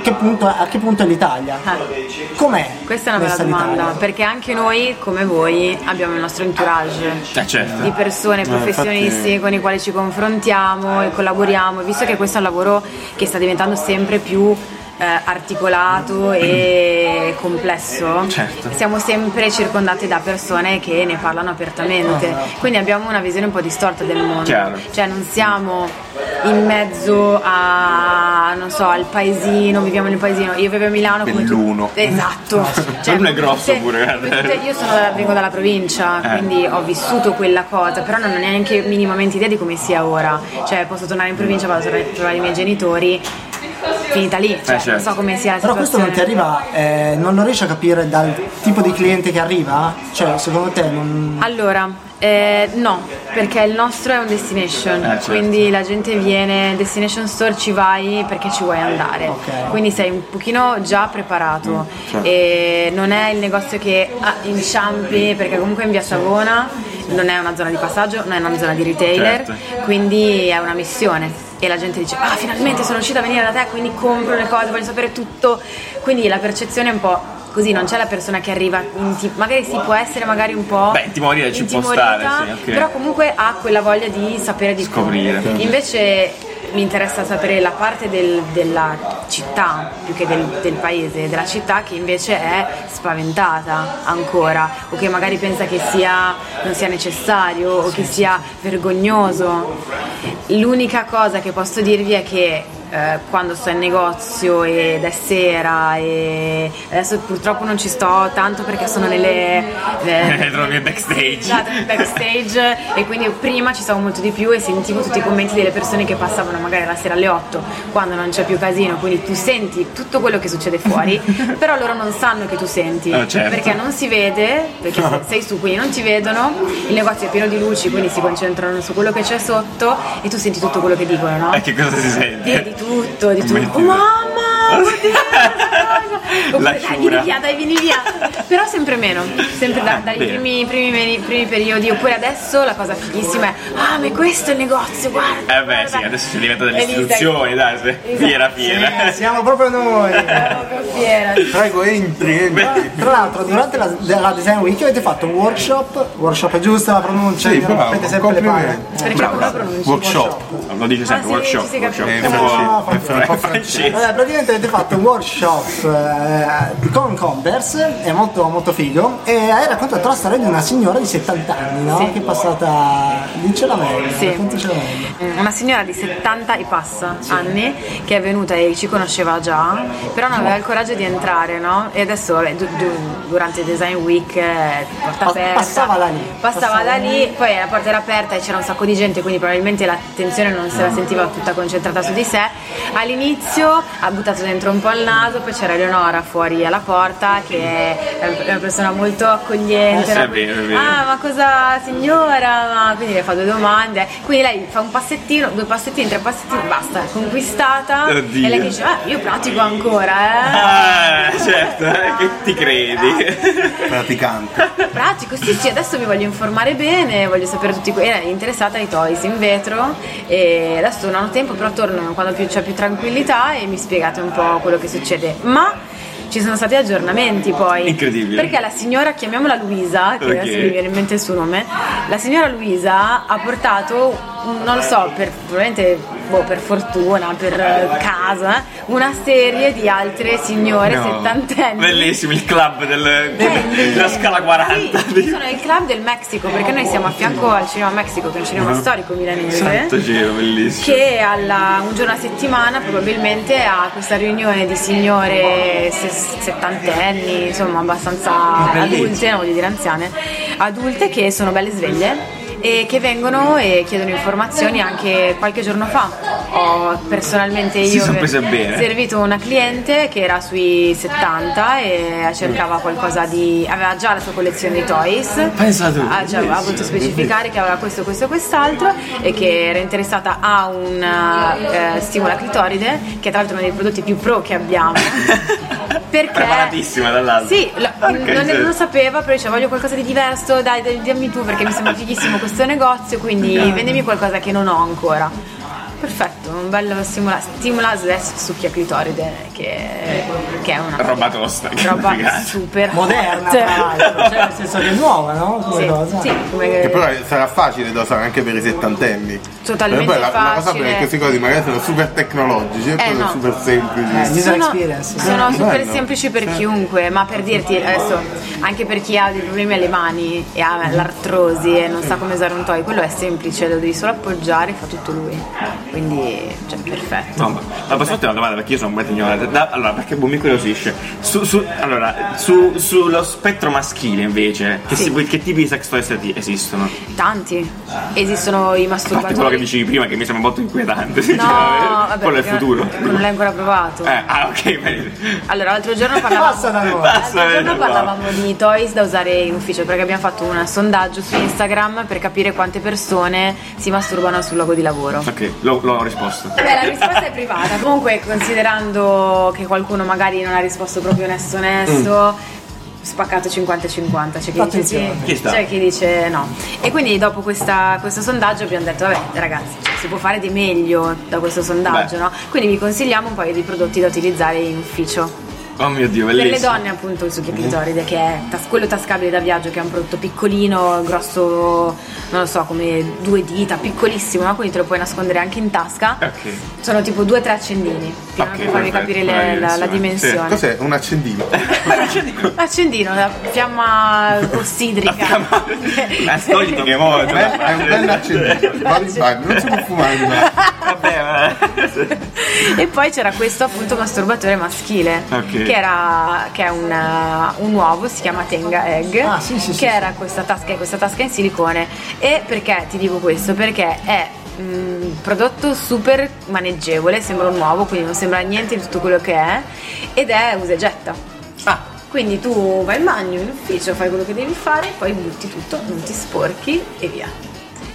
Speaker 6: che punto, a che punto è l'Italia.
Speaker 5: Eh,
Speaker 6: Com'è?
Speaker 5: questa è una bella
Speaker 6: messa
Speaker 5: domanda,
Speaker 6: l'Italia?
Speaker 5: perché anche noi, come voi, abbiamo il nostro entourage.
Speaker 3: Eh, certo.
Speaker 5: di persone professionisti
Speaker 4: infatti-
Speaker 5: con i quali ci confrontiamo e collaboriamo, visto che questo è un lavoro che sta diventando sempre più eh, articolato e complesso,
Speaker 3: Certo.
Speaker 5: siamo sempre circondati da persone che ne parlano apertamente, quindi abbiamo una visione un po' distorta del mondo,
Speaker 3: Ah, Chiaro.
Speaker 5: cioè non siamo in mezzo a, non so, al paesino, viviamo nel paesino, io vivo a Milano come tu-
Speaker 4: Belluno.
Speaker 5: Esatto.
Speaker 3: Belluno è grosso pure, guarda.
Speaker 5: tutte- io sono dalla- vengo dalla provincia,
Speaker 3: Eh.
Speaker 5: quindi ho vissuto quella cosa, però non ho neanche minimamente idea di come sia ora. Cioè, posso tornare in provincia, vado a tornare- trovare i miei genitori, finita lì. Cioè,
Speaker 3: certo.
Speaker 5: Non so come sia la
Speaker 6: Però questo
Speaker 5: situazione.
Speaker 6: non ti arriva, eh, non lo riesci a capire dal tipo di cliente che arriva? Cioè, secondo te non.
Speaker 5: Allora, eh, no, perché il nostro è un destination,
Speaker 3: certo.
Speaker 5: quindi la gente viene, destination store ci vai perché ci vuoi andare,
Speaker 6: Ok.
Speaker 5: quindi sei un pochino già preparato
Speaker 3: Mm, certo.
Speaker 5: e non è il negozio che ah, inciampi perché comunque in via Savona non è una zona di passaggio, non è una zona di retailer,
Speaker 3: Certo.
Speaker 5: quindi è una missione. E la gente dice, ah finalmente sono riuscita a venire da te, quindi compro le cose, voglio sapere tutto. Quindi la percezione è un po' così, non c'è la persona che arriva, inti- magari si può essere magari un po'
Speaker 3: Beh, intimorire ci può
Speaker 5: intimorita,
Speaker 3: stare, sì, ok.
Speaker 5: però comunque ha quella voglia di sapere di più.
Speaker 3: Scoprire.
Speaker 5: Invece mi interessa sapere la parte del- della città più che del, del paese, della città che invece è spaventata ancora o che magari pensa che sia, non sia necessario o che sia vergognoso. L'unica cosa che posso dirvi è che eh, quando sto in negozio ed è sera e adesso purtroppo non ci sto tanto perché sono nelle eh,
Speaker 3: Trovi il backstage.
Speaker 5: Esatto, nel backstage e quindi prima ci stavo molto di più e sentivo tutti i commenti delle persone che passavano magari la sera alle 8 quando non c'è più casino, quindi tu senti tutto quello che succede fuori, però loro non sanno che tu senti
Speaker 3: Eh, certo.
Speaker 5: perché non si vede, perché se- sei su quindi non ti vedono, il negozio è pieno di luci quindi si concentrano su quello che c'è sotto e tu senti tutto quello che dicono, no?
Speaker 3: E Eh, che cosa si
Speaker 5: Di,
Speaker 3: sente?
Speaker 5: di tutto, di tutto.
Speaker 3: Metti-
Speaker 5: Oh, mamma! guarda questa cosa!
Speaker 3: La
Speaker 5: Oppure, dai,
Speaker 3: cura.
Speaker 5: vieni via, dai, vieni via. Però sempre meno, sempre da-
Speaker 3: Eh,
Speaker 5: dai
Speaker 3: bene.
Speaker 5: primi, primi, meni- primi periodi. Oppure adesso la cosa fighissima è, ah, ma è questo è il negozio, guarda.
Speaker 3: Eh beh, sì,
Speaker 5: guarda."
Speaker 3: adesso si diventa delle
Speaker 5: E lì sei-
Speaker 3: istituzioni, dai, se-
Speaker 5: Esatto.
Speaker 3: fiera
Speaker 6: Eh,
Speaker 3: fiera.
Speaker 6: siamo proprio noi.
Speaker 5: Proprio fiera.
Speaker 4: Prego, entri, entri.
Speaker 6: Tra l'altro, durante la, la Design Week avete fatto un workshop. Workshop è giusta la pronuncia?
Speaker 4: Sì,
Speaker 6: mi
Speaker 4: bravo,
Speaker 6: rompete sempre le palle.
Speaker 4: complimenti.
Speaker 5: Perché come la pronunci?
Speaker 4: Workshop.
Speaker 3: Lo dice sempre,
Speaker 5: Ah, sì,
Speaker 3: workshop,
Speaker 5: sì, sì,
Speaker 3: workshop. È
Speaker 4: capisco.
Speaker 3: un po'-
Speaker 6: No,
Speaker 3: è
Speaker 4: francese.
Speaker 3: fra- è francese.
Speaker 6: Allora, Eh, praticamente avete fatto un workshop eh, con Converse, è molto, molto figo, e hai raccontato la storia di una signora di 70 anni, no? Che è passata... Diccela meglio,
Speaker 5: Sì. Eh,
Speaker 6: raccontacela meglio.
Speaker 5: Una signora di 70 e passa anni che è venuta e ci conosceva già, però non aveva il coraggio di entrare, no? E adesso vabbè, du- du- durante il Design Week eh, porta
Speaker 6: Pa-
Speaker 5: aperta.
Speaker 6: passava da lì.
Speaker 5: Passava
Speaker 6: Passava
Speaker 5: da lì, poi la porta era aperta e c'era un sacco di gente, quindi probabilmente l'attenzione non se la sentiva tutta concentrata su di sé. All'inizio ha buttato dentro un po' il naso, poi c'era Eleonora fuori alla porta che è una persona molto accogliente.
Speaker 3: Eh sì,
Speaker 5: no?
Speaker 3: è vero, è vero.
Speaker 5: Ah, ma cosa signora? Ma- Quindi le fa due domande. Quindi lei fa un passettino, due passettini, tre passettini, basta, è conquistata.
Speaker 3: Oddio.
Speaker 5: E lei dice, ah, io pratico ancora, eh.
Speaker 3: Ah, certo, eh, che ti
Speaker 5: Ah.
Speaker 3: credi?
Speaker 4: Praticante.
Speaker 5: Pratico, sì, sì, adesso mi voglio informare bene, voglio sapere tutti quelli. Era interessata ai toys in vetro e adesso non ho tempo, però torno quando più- c'è più tranquillità e mi spiegate un po' quello che succede. Ma ci sono stati aggiornamenti poi.
Speaker 3: Incredibile.
Speaker 5: Perché la signora, chiamiamola Luisa, che
Speaker 3: Ok.
Speaker 5: adesso mi viene in mente il suo nome, la signora Luisa ha portato, non lo so, per, probabilmente boh, per fortuna, per eh, casa, una serie di altre signore
Speaker 4: No.
Speaker 5: settantenni.
Speaker 3: Bellissimo il club del-
Speaker 5: Eh,
Speaker 3: della scala 40.
Speaker 5: Sì, sono il club del Messico perché noi siamo a fianco al cinema Messico che è un cinema storico
Speaker 3: Santo
Speaker 5: milanese
Speaker 3: cielo, bellissimo.
Speaker 5: che alla- un giorno a settimana probabilmente ha questa riunione di signore se- settantenni insomma abbastanza
Speaker 3: bellissimo.
Speaker 5: adulte, non voglio dire anziane adulte che sono belle sveglie e che vengono e chiedono informazioni anche qualche giorno fa ho personalmente
Speaker 3: Si
Speaker 5: io
Speaker 3: sono
Speaker 5: ver-
Speaker 3: prese bene.
Speaker 5: servito servito una cliente che era sui 70 e cercava qualcosa di. aveva già la sua collezione di toys.
Speaker 3: Pensa tu,
Speaker 5: Ha, già- ha voluto specificare che aveva questo, questo e quest'altro e che era interessata a un eh, stimolo a clitoride, che tra l'altro è uno dei prodotti più pro che abbiamo. Perché.
Speaker 3: Preparatissima dall'altro.
Speaker 5: Sì, la-
Speaker 3: Porca
Speaker 5: non, non
Speaker 3: miseria.
Speaker 5: lo sapevo, però diceva voglio qualcosa di diverso, dai, dai, dimmi tu perché mi sembra fighissimo questo negozio, quindi vendimi qualcosa che non ho ancora. Perfetto, un bello stimula, stimula slash succhia clitoride che, che è una
Speaker 3: Roba tosta, che
Speaker 5: roba
Speaker 3: figata.
Speaker 5: super
Speaker 6: Moderna,
Speaker 5: hot.
Speaker 6: tra l'altro, cioè nel senso che è nuova, no? Come cosa?
Speaker 5: Sì, sì, come-
Speaker 6: Eh.
Speaker 4: Che però sarà facile da usare anche per i settantenni.
Speaker 5: Totalmente
Speaker 4: Perché poi la, la cosa
Speaker 5: facile.
Speaker 4: bella è che questi cose magari sono super
Speaker 6: Eh,
Speaker 4: tecnologici e poi sono
Speaker 5: no.
Speaker 4: super semplici.
Speaker 6: user
Speaker 5: sono,
Speaker 6: experience.
Speaker 5: sono
Speaker 4: Bello.
Speaker 5: super semplici per chiunque, ma per dirti adesso, anche per chi ha dei problemi alle mani e ha l'artrosi e non sa come usare un toy, quello è semplice, lo devi solo appoggiare e fa tutto lui. Quindi, cioè, perfetto.
Speaker 3: No, ma ma posso farti una domanda perché io sono un po' ignorante. Da- allora, perché boh, mi curiosisce. Su, su- allora, su- sullo spettro maschile invece, che,
Speaker 5: Sì.
Speaker 3: si- che tipi di sex toys esi- esistono? A
Speaker 5: Tanti. Esistono
Speaker 3: parte quello
Speaker 5: i
Speaker 3: che
Speaker 5: masturbatori.
Speaker 3: dicevi prima che mi sembra molto inquietante.
Speaker 5: No, vabbè, eh,
Speaker 3: quello è il
Speaker 5: perché
Speaker 3: futuro.
Speaker 5: Non l'hai ancora provato.
Speaker 3: Eh, ah, ok, bene.
Speaker 5: Allora, l'altro giorno
Speaker 6: Passa da
Speaker 5: parlavamo,
Speaker 6: noi.
Speaker 3: Passa
Speaker 5: l'altro giorno
Speaker 3: bene,
Speaker 5: parlavamo di toys da usare in ufficio perché abbiamo fatto un sondaggio su Instagram per capire quante persone si masturbano sul luogo di lavoro.
Speaker 3: Ok, l'ho, l'ho risposto.
Speaker 5: Beh, la risposta è privata. Comunque, considerando che qualcuno magari non ha risposto proprio onesto onesto, spaccato 50-50, c'è chi, dice sì,
Speaker 6: Attenzione.
Speaker 3: Mm. Ci sta.
Speaker 5: c'è chi dice no. E quindi dopo questa- questo sondaggio abbiamo detto, vabbè ragazzi, cioè, si può fare di meglio da questo sondaggio,
Speaker 3: Beh.
Speaker 5: no? Quindi vi consigliamo un paio di prodotti da utilizzare in ufficio.
Speaker 3: Oh mio dio,
Speaker 5: Per le
Speaker 3: bellissimo. Mm-hmm.
Speaker 5: donne appunto il succhio clitoride che è tas- quello tascabile da viaggio che è un prodotto piccolino, grosso, non lo so, come due dita, piccolissimo, ma quindi te lo puoi nascondere anche in tasca.
Speaker 3: Ok.
Speaker 5: Sono tipo due o tre accendini, fino a
Speaker 3: Ok,
Speaker 5: per farvi
Speaker 3: perfetto,
Speaker 5: capire
Speaker 3: la
Speaker 5: le- la, la
Speaker 3: dimensione.
Speaker 5: dimensione.
Speaker 4: Cos'è? Un accendino.
Speaker 5: Accendino, la fiamma ossidrica.
Speaker 3: Ah, Ascolti che mo'
Speaker 4: Beh, è un bel accendino. Vai, vai, non si può fumare di là.
Speaker 3: Vabbè, ma...
Speaker 5: e poi c'era questo appunto masturbatore maschile
Speaker 3: Ok.
Speaker 5: che, era, che è un, eh, un uovo si chiama Tenga Egg
Speaker 6: Ah, sì, sì, sì,
Speaker 5: che era questa tasca questa tasca in silicone e perché ti dico questo perché è un prodotto super maneggevole sembra un uovo quindi non sembra niente di tutto quello che è ed è usa e getta quindi tu vai in bagno in ufficio fai quello che devi fare poi butti tutto non ti sporchi e via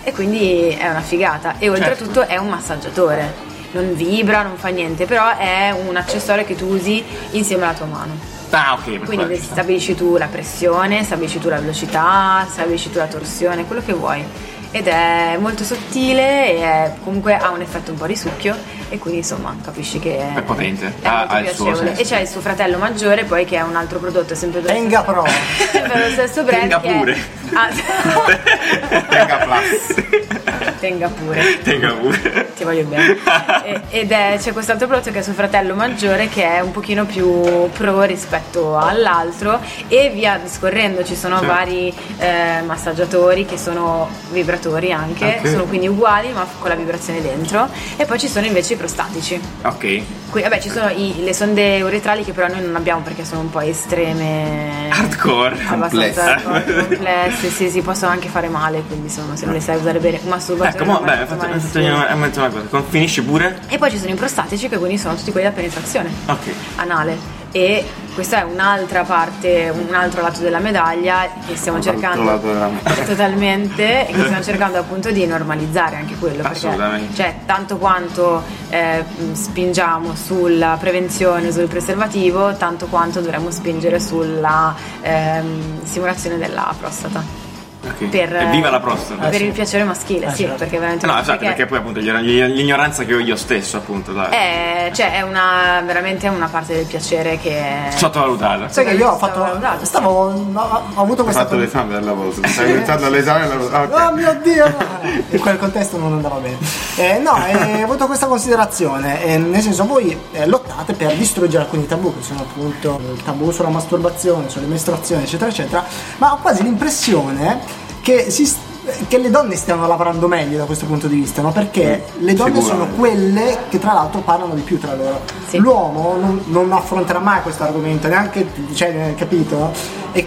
Speaker 5: e quindi è una figata. E oltretutto è un massaggiatore. Non vibra, non fa niente, però è un accessorio che tu usi insieme alla tua mano.
Speaker 3: Ah, ok, perfetto.
Speaker 5: Quindi stabilisci tu la pressione, stabilisci tu la velocità, stabilisci tu la torsione, quello che vuoi. Ed è molto sottile e è- comunque ha un effetto un po' risucchio e quindi insomma capisci che è,
Speaker 3: È potente,
Speaker 5: è
Speaker 3: ha-
Speaker 5: molto
Speaker 3: ha il suo
Speaker 5: piacevole.
Speaker 3: senso.
Speaker 5: E c'è il suo fratello maggiore poi che è un altro prodotto sempre dello,
Speaker 6: Venga Pro.
Speaker 5: sempre dello stesso brand.
Speaker 3: Tenga
Speaker 5: che è-
Speaker 3: pure.
Speaker 5: Ah,
Speaker 4: Tenga plus.
Speaker 5: tenga pure.
Speaker 3: Tenga pure.
Speaker 5: Ti voglio bene. E- Ed è, c'è quest'altro prodotto che è suo fratello maggiore che è un pochino più pro rispetto all'altro e via discorrendo ci sono vari eh, massaggiatori che sono vibratori anche,
Speaker 3: Ah,
Speaker 4: Ok.
Speaker 5: sono quindi uguali ma con la vibrazione dentro e poi ci sono invece i prostatici.
Speaker 3: Ok.
Speaker 5: Qui, vabbè ci sono i- le sonde uretrali che però noi non abbiamo perché sono un po' estreme. Cioè,
Speaker 3: Hardcore. Ecco,
Speaker 5: Abbastanza
Speaker 4: Complesse.
Speaker 5: complesse, sì, si possono anche fare male, quindi insomma, se non le sai usare bene, un masturbatore.
Speaker 3: Ecco, mo,
Speaker 5: non va
Speaker 3: beh, mi
Speaker 5: fatto male a
Speaker 3: ha fatto
Speaker 5: nessuno.
Speaker 3: venire in mente una cosa. Con- Finisci pure?
Speaker 5: E poi ci sono i prostatici che quindi sono tutti quelli da penetrazione
Speaker 3: Ok.
Speaker 5: anale. E questa è un'altra parte, un altro lato della medaglia che stiamo
Speaker 4: Altro
Speaker 5: cercando
Speaker 4: lato della medaglia.
Speaker 5: totalmente e che stiamo cercando appunto di normalizzare anche quello. Perché,
Speaker 3: Assolutamente.
Speaker 5: cioè, tanto quanto eh, mh, spingiamo sulla prevenzione, sul preservativo, tanto quanto dovremmo spingere sulla ehm, simulazione della prostata.
Speaker 3: Ok.
Speaker 5: Per,
Speaker 3: E viva la prostata.
Speaker 5: Per
Speaker 6: sì.
Speaker 5: il piacere maschile,
Speaker 6: Eh,
Speaker 5: sì,
Speaker 6: certo.
Speaker 5: perché veramente
Speaker 3: No, esatto, perché
Speaker 5: perché-
Speaker 3: poi appunto l'ignoran- l'ignoranza che ho io stesso, appunto, la...
Speaker 5: è, cioè, è una, veramente una parte del piacere che è
Speaker 3: sottovalutata.
Speaker 6: Sai che io ho fatto.
Speaker 5: Stavo-
Speaker 6: Stavo. Ho, ho avuto
Speaker 4: Ho
Speaker 6: questa.
Speaker 4: fatto l'esame della volta. Stai pensando all'esame della volta.
Speaker 6: Oh
Speaker 4: Ah, ok.
Speaker 6: mio dio! no. In quel contesto non andava bene. Eh, no, eh, ho avuto questa considerazione. eh, nel senso, voi eh, lottate per distruggere alcuni tabù, che sono appunto il tabù sulla masturbazione, sulle mestruazioni, eccetera, eccetera. Ma ho quasi l'impressione che si st- che le donne stiano lavorando meglio da questo punto di vista, no? Perché le donne sono
Speaker 4: sicuramente.
Speaker 6: quelle che tra l'altro parlano di più tra loro.
Speaker 5: Sì.
Speaker 6: L'uomo non, non affronterà mai questo argomento, neanche, cioè, capito? E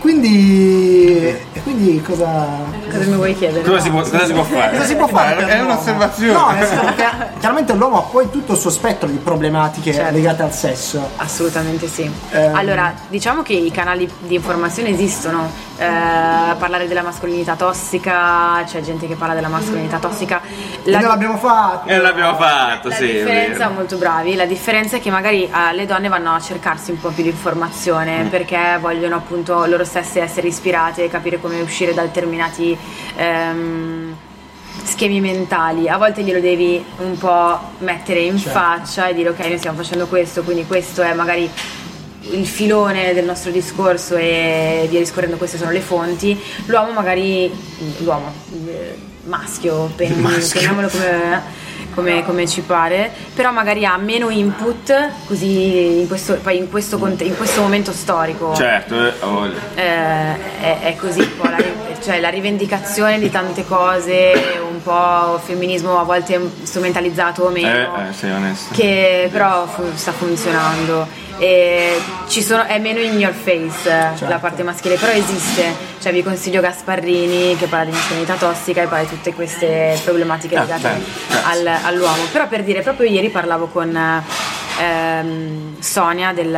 Speaker 6: quindi, e quindi cosa...
Speaker 5: Cosa mi vuoi chiedere?
Speaker 3: Cosa si può, cosa si può
Speaker 6: Cosa
Speaker 3: fare?
Speaker 6: si può fare?
Speaker 4: Ma Eh, è
Speaker 6: per l'uomo?
Speaker 4: un'osservazione.
Speaker 6: No, nel senso che chiaramente l'uomo ha poi tutto il suo spettro di problematiche
Speaker 5: Certo.
Speaker 6: legate al sesso.
Speaker 5: Assolutamente sì.
Speaker 6: Ehm.
Speaker 5: Allora, diciamo che i canali di informazione esistono. Eh, parlare della mascolinità tossica, c'è gente che parla della mascolinità tossica.
Speaker 6: e non l'abbiamo
Speaker 4: Eh,
Speaker 6: fatto.
Speaker 3: E l'abbiamo fatto, Esatto,
Speaker 5: La
Speaker 3: sì. è
Speaker 5: differenza,
Speaker 3: vero.
Speaker 5: molto bravi, la differenza è che magari eh, le donne vanno a cercarsi un po' più di informazione
Speaker 3: Mm.
Speaker 5: perché vogliono appunto loro stesse essere ispirate, capire come uscire da determinati ehm, schemi mentali. A volte glielo devi un po' mettere in
Speaker 3: Certo.
Speaker 5: faccia e dire ok noi stiamo facendo questo, quindi questo è magari il filone del nostro discorso e via discorrendo queste sono le fonti. L'uomo magari, l'uomo, eh, maschio, pen- chiamiamolo come come, come ci pare, però magari ha meno input così in questo, poi in questo, conte- in questo momento storico.
Speaker 3: Certo, eh, oh, voglio.
Speaker 5: Eh, è, è così un po' la, ri- cioè, la rivendicazione di tante cose, un po' femminismo a volte strumentalizzato o meno
Speaker 3: Eh, eh, sei onesto.
Speaker 5: che però fu- sta funzionando. E ci sono- è meno in your face eh,
Speaker 3: Certo.
Speaker 5: la parte maschile, però esiste. Cioè, vi consiglio Gasparrini che parla di mascolinità tossica e parla di tutte queste problematiche
Speaker 3: Ah,
Speaker 5: legate
Speaker 3: bene, grazie.
Speaker 5: al- all'uomo. Però per dire, proprio ieri parlavo con ehm, Sonia del,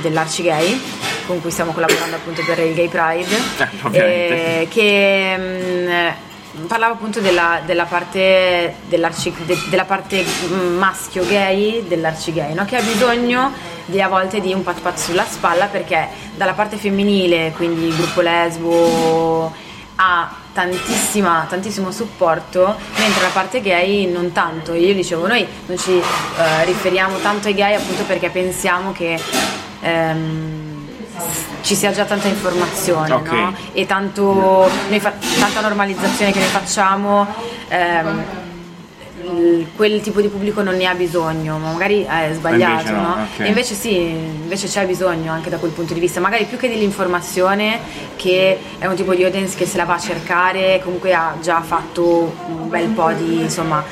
Speaker 5: dell'Arci Gay, con cui stiamo collaborando appunto per il Gay Pride,
Speaker 3: Eh, ovviamente.
Speaker 5: eh, che mm, parlava appunto della, della parte, dell'arci- de- della parte mm, maschio gay dell'arcigay, no? che ha bisogno di, a volte di un pat pat sulla spalla perché dalla parte femminile, quindi il gruppo lesbo, ha tantissima, tantissimo supporto, mentre la parte gay non tanto. Io dicevo, noi non ci eh, riferiamo tanto ai gay appunto perché pensiamo che ehm, s- ci sia già tanta informazione
Speaker 3: Ok.
Speaker 5: no? e tanto- noi fa- tanta normalizzazione che noi facciamo. ehm, il- quel tipo di pubblico non ne ha bisogno, ma magari eh, è sbagliato,
Speaker 3: Invece no,
Speaker 5: no?
Speaker 3: ok.
Speaker 5: E invece sì, invece c'è bisogno anche da quel punto di vista, magari più che dell'informazione, che è un tipo di audience che se la va a cercare, comunque ha già fatto un bel po' di insomma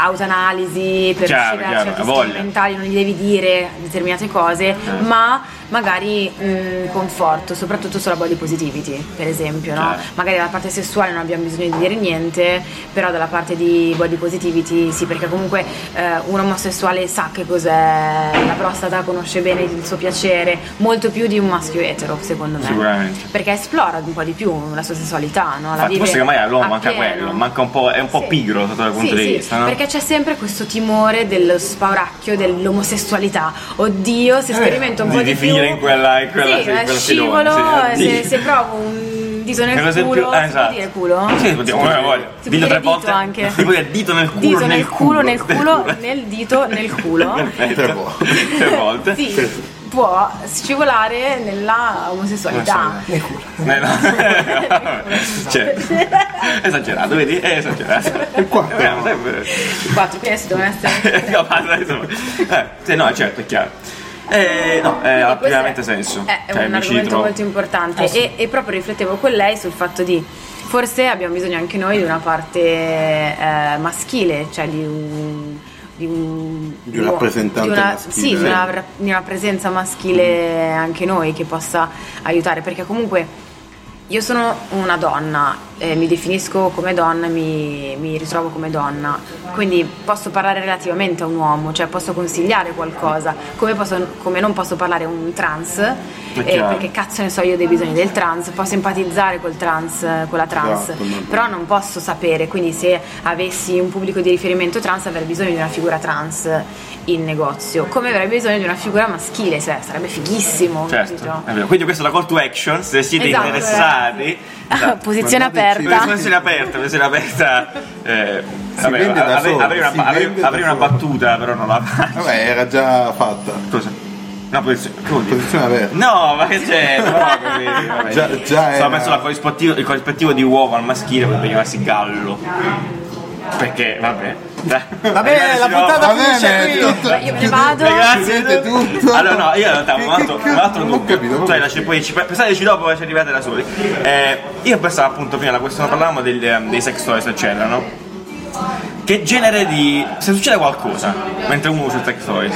Speaker 5: autoanalisi per
Speaker 3: Chiaro,
Speaker 5: uscire da
Speaker 3: chiaro,
Speaker 5: certi
Speaker 3: ha voglia.
Speaker 5: mentali, non gli devi dire determinate cose, ma magari mh, conforto, soprattutto sulla body positivity, per esempio, no?
Speaker 3: Chiaro.
Speaker 5: Magari dalla parte sessuale non abbiamo bisogno di dire niente, però dalla parte di body positivity sì, perché comunque eh, un omosessuale sa che cos'è la prostata, conosce bene il suo piacere, molto più di un maschio etero, secondo me.
Speaker 3: Sicuramente.
Speaker 5: Perché esplora un po' di più la sua sessualità, no? La
Speaker 3: Infatti,
Speaker 5: vive
Speaker 3: forse che ormai all'uomo manca
Speaker 5: appieno.
Speaker 3: quello, manca un po', è un po'
Speaker 5: Sì.
Speaker 3: pigro sotto quel punto
Speaker 5: Sì,
Speaker 3: di
Speaker 5: sì,
Speaker 3: vista, no?
Speaker 5: Perché c'è sempre questo timore dello spauracchio, dell'omosessualità. Oddio, se
Speaker 6: Eh,
Speaker 5: sperimento un
Speaker 3: di-
Speaker 5: po'
Speaker 3: di
Speaker 5: di,
Speaker 3: finire
Speaker 5: più-
Speaker 3: in quella- in quella-
Speaker 5: sì,
Speaker 3: sì, in
Speaker 5: eh,
Speaker 3: quel
Speaker 5: scivolo,
Speaker 3: filone, sì,
Speaker 5: eh, se,
Speaker 3: oddio.
Speaker 5: se provo un dito nel
Speaker 3: Per
Speaker 5: culo,
Speaker 3: esempio, ah,
Speaker 5: si può
Speaker 3: esatto.
Speaker 5: dire culo?
Speaker 3: Sì, si può dire, come vuoi.
Speaker 5: Si può
Speaker 3: Dillo
Speaker 5: dire
Speaker 3: tre
Speaker 5: dito
Speaker 3: volte.
Speaker 5: anche.
Speaker 3: Si può dire dito nel culo,
Speaker 5: Dito nel culo, nel culo,
Speaker 3: Tre
Speaker 5: nel dito, nel culo.
Speaker 4: Tre
Speaker 3: volte.
Speaker 4: volte.
Speaker 3: Tre volte.
Speaker 5: Sì, può scivolare nella omosessualità.
Speaker 3: Eh, no. cioè, esagerato, vedi? È esagerato.
Speaker 4: qua.
Speaker 3: Vediamo, sempre.
Speaker 5: Quattro, quindi adesso devono essere.
Speaker 3: No, basta, insomma. Eh, sì, no, certo, è chiaro. Eh, no, eh, ha
Speaker 5: Quindi questo
Speaker 3: pienamente
Speaker 5: è-
Speaker 3: senso.
Speaker 5: È, è
Speaker 3: Cioè, mi
Speaker 5: un
Speaker 3: ci
Speaker 5: argomento
Speaker 3: ritrovo.
Speaker 5: molto importante e, e proprio riflettevo con lei sul fatto di forse abbiamo bisogno anche noi di una parte eh, maschile, cioè di un... Di, un-
Speaker 4: Di un rappresentante
Speaker 5: di una-
Speaker 4: maschile.
Speaker 5: Sì, di una, ra- di una presenza maschile anche noi che possa aiutare, perché comunque io sono una donna, eh, mi definisco come donna, mi, mi ritrovo come donna, quindi posso parlare relativamente a un uomo, cioè posso consigliare qualcosa, come, posso- come non posso parlare a un trans, eh,
Speaker 3: chiaro.
Speaker 5: perché cazzo ne so io dei bisogni del trans, posso empatizzare col trans, eh, con la trans,
Speaker 4: Esatto, ma-
Speaker 5: però non posso sapere, quindi se avessi un pubblico di riferimento trans avrei bisogno di una figura trans in negozio, come avrei bisogno di una figura maschile, cioè sarebbe fighissimo,
Speaker 3: Certo,
Speaker 5: capito?
Speaker 3: è vero. Quindi questa è la call to action, se siete
Speaker 5: Esatto,
Speaker 3: interessati. Esatto.
Speaker 5: Posizione
Speaker 4: Mandateci-
Speaker 5: aperta.
Speaker 3: Posizione aperta, posizione aperta. Eh, vabbè,
Speaker 4: vende da
Speaker 3: avrei,
Speaker 4: solo,
Speaker 3: avrei una,
Speaker 4: si
Speaker 3: avrei-
Speaker 4: vende da
Speaker 3: avrei una
Speaker 4: solo.
Speaker 3: battuta, però non la faccio.
Speaker 4: Vabbè, era già fatta.
Speaker 3: Cosa? Una posizione. che vuol dire?
Speaker 4: Posizione aperta.
Speaker 3: No, ma che c'è? No, così, vabbè.
Speaker 4: Già- già
Speaker 3: Stavo
Speaker 4: era-
Speaker 3: messo la corrispettivo, il corrispettivo di uovo al maschile potrebbe chiamarsi gallo. Perché, vabbè.
Speaker 6: Va bene, la puntata
Speaker 4: Va
Speaker 6: finisce
Speaker 4: bene,
Speaker 6: qui.
Speaker 4: tutto.
Speaker 5: Io me ne vado.
Speaker 3: Beh, grazie
Speaker 4: Vedete tutto?
Speaker 3: Allora, no, io in realtà ho
Speaker 4: Che-
Speaker 3: un altro, un
Speaker 4: che
Speaker 3: altro
Speaker 4: cazzo? Non ho
Speaker 3: dubbio.
Speaker 4: capito, non
Speaker 3: Cioè,
Speaker 4: ho
Speaker 3: lascia- poi ci- pensateci dopo, poi ci arrivate da soli. Eh, io pensavo appunto prima la questione, parlavamo del, ehm, dei sex toys, eccetera, no? Che genere di. se succede qualcosa mentre uno usa il sex toy,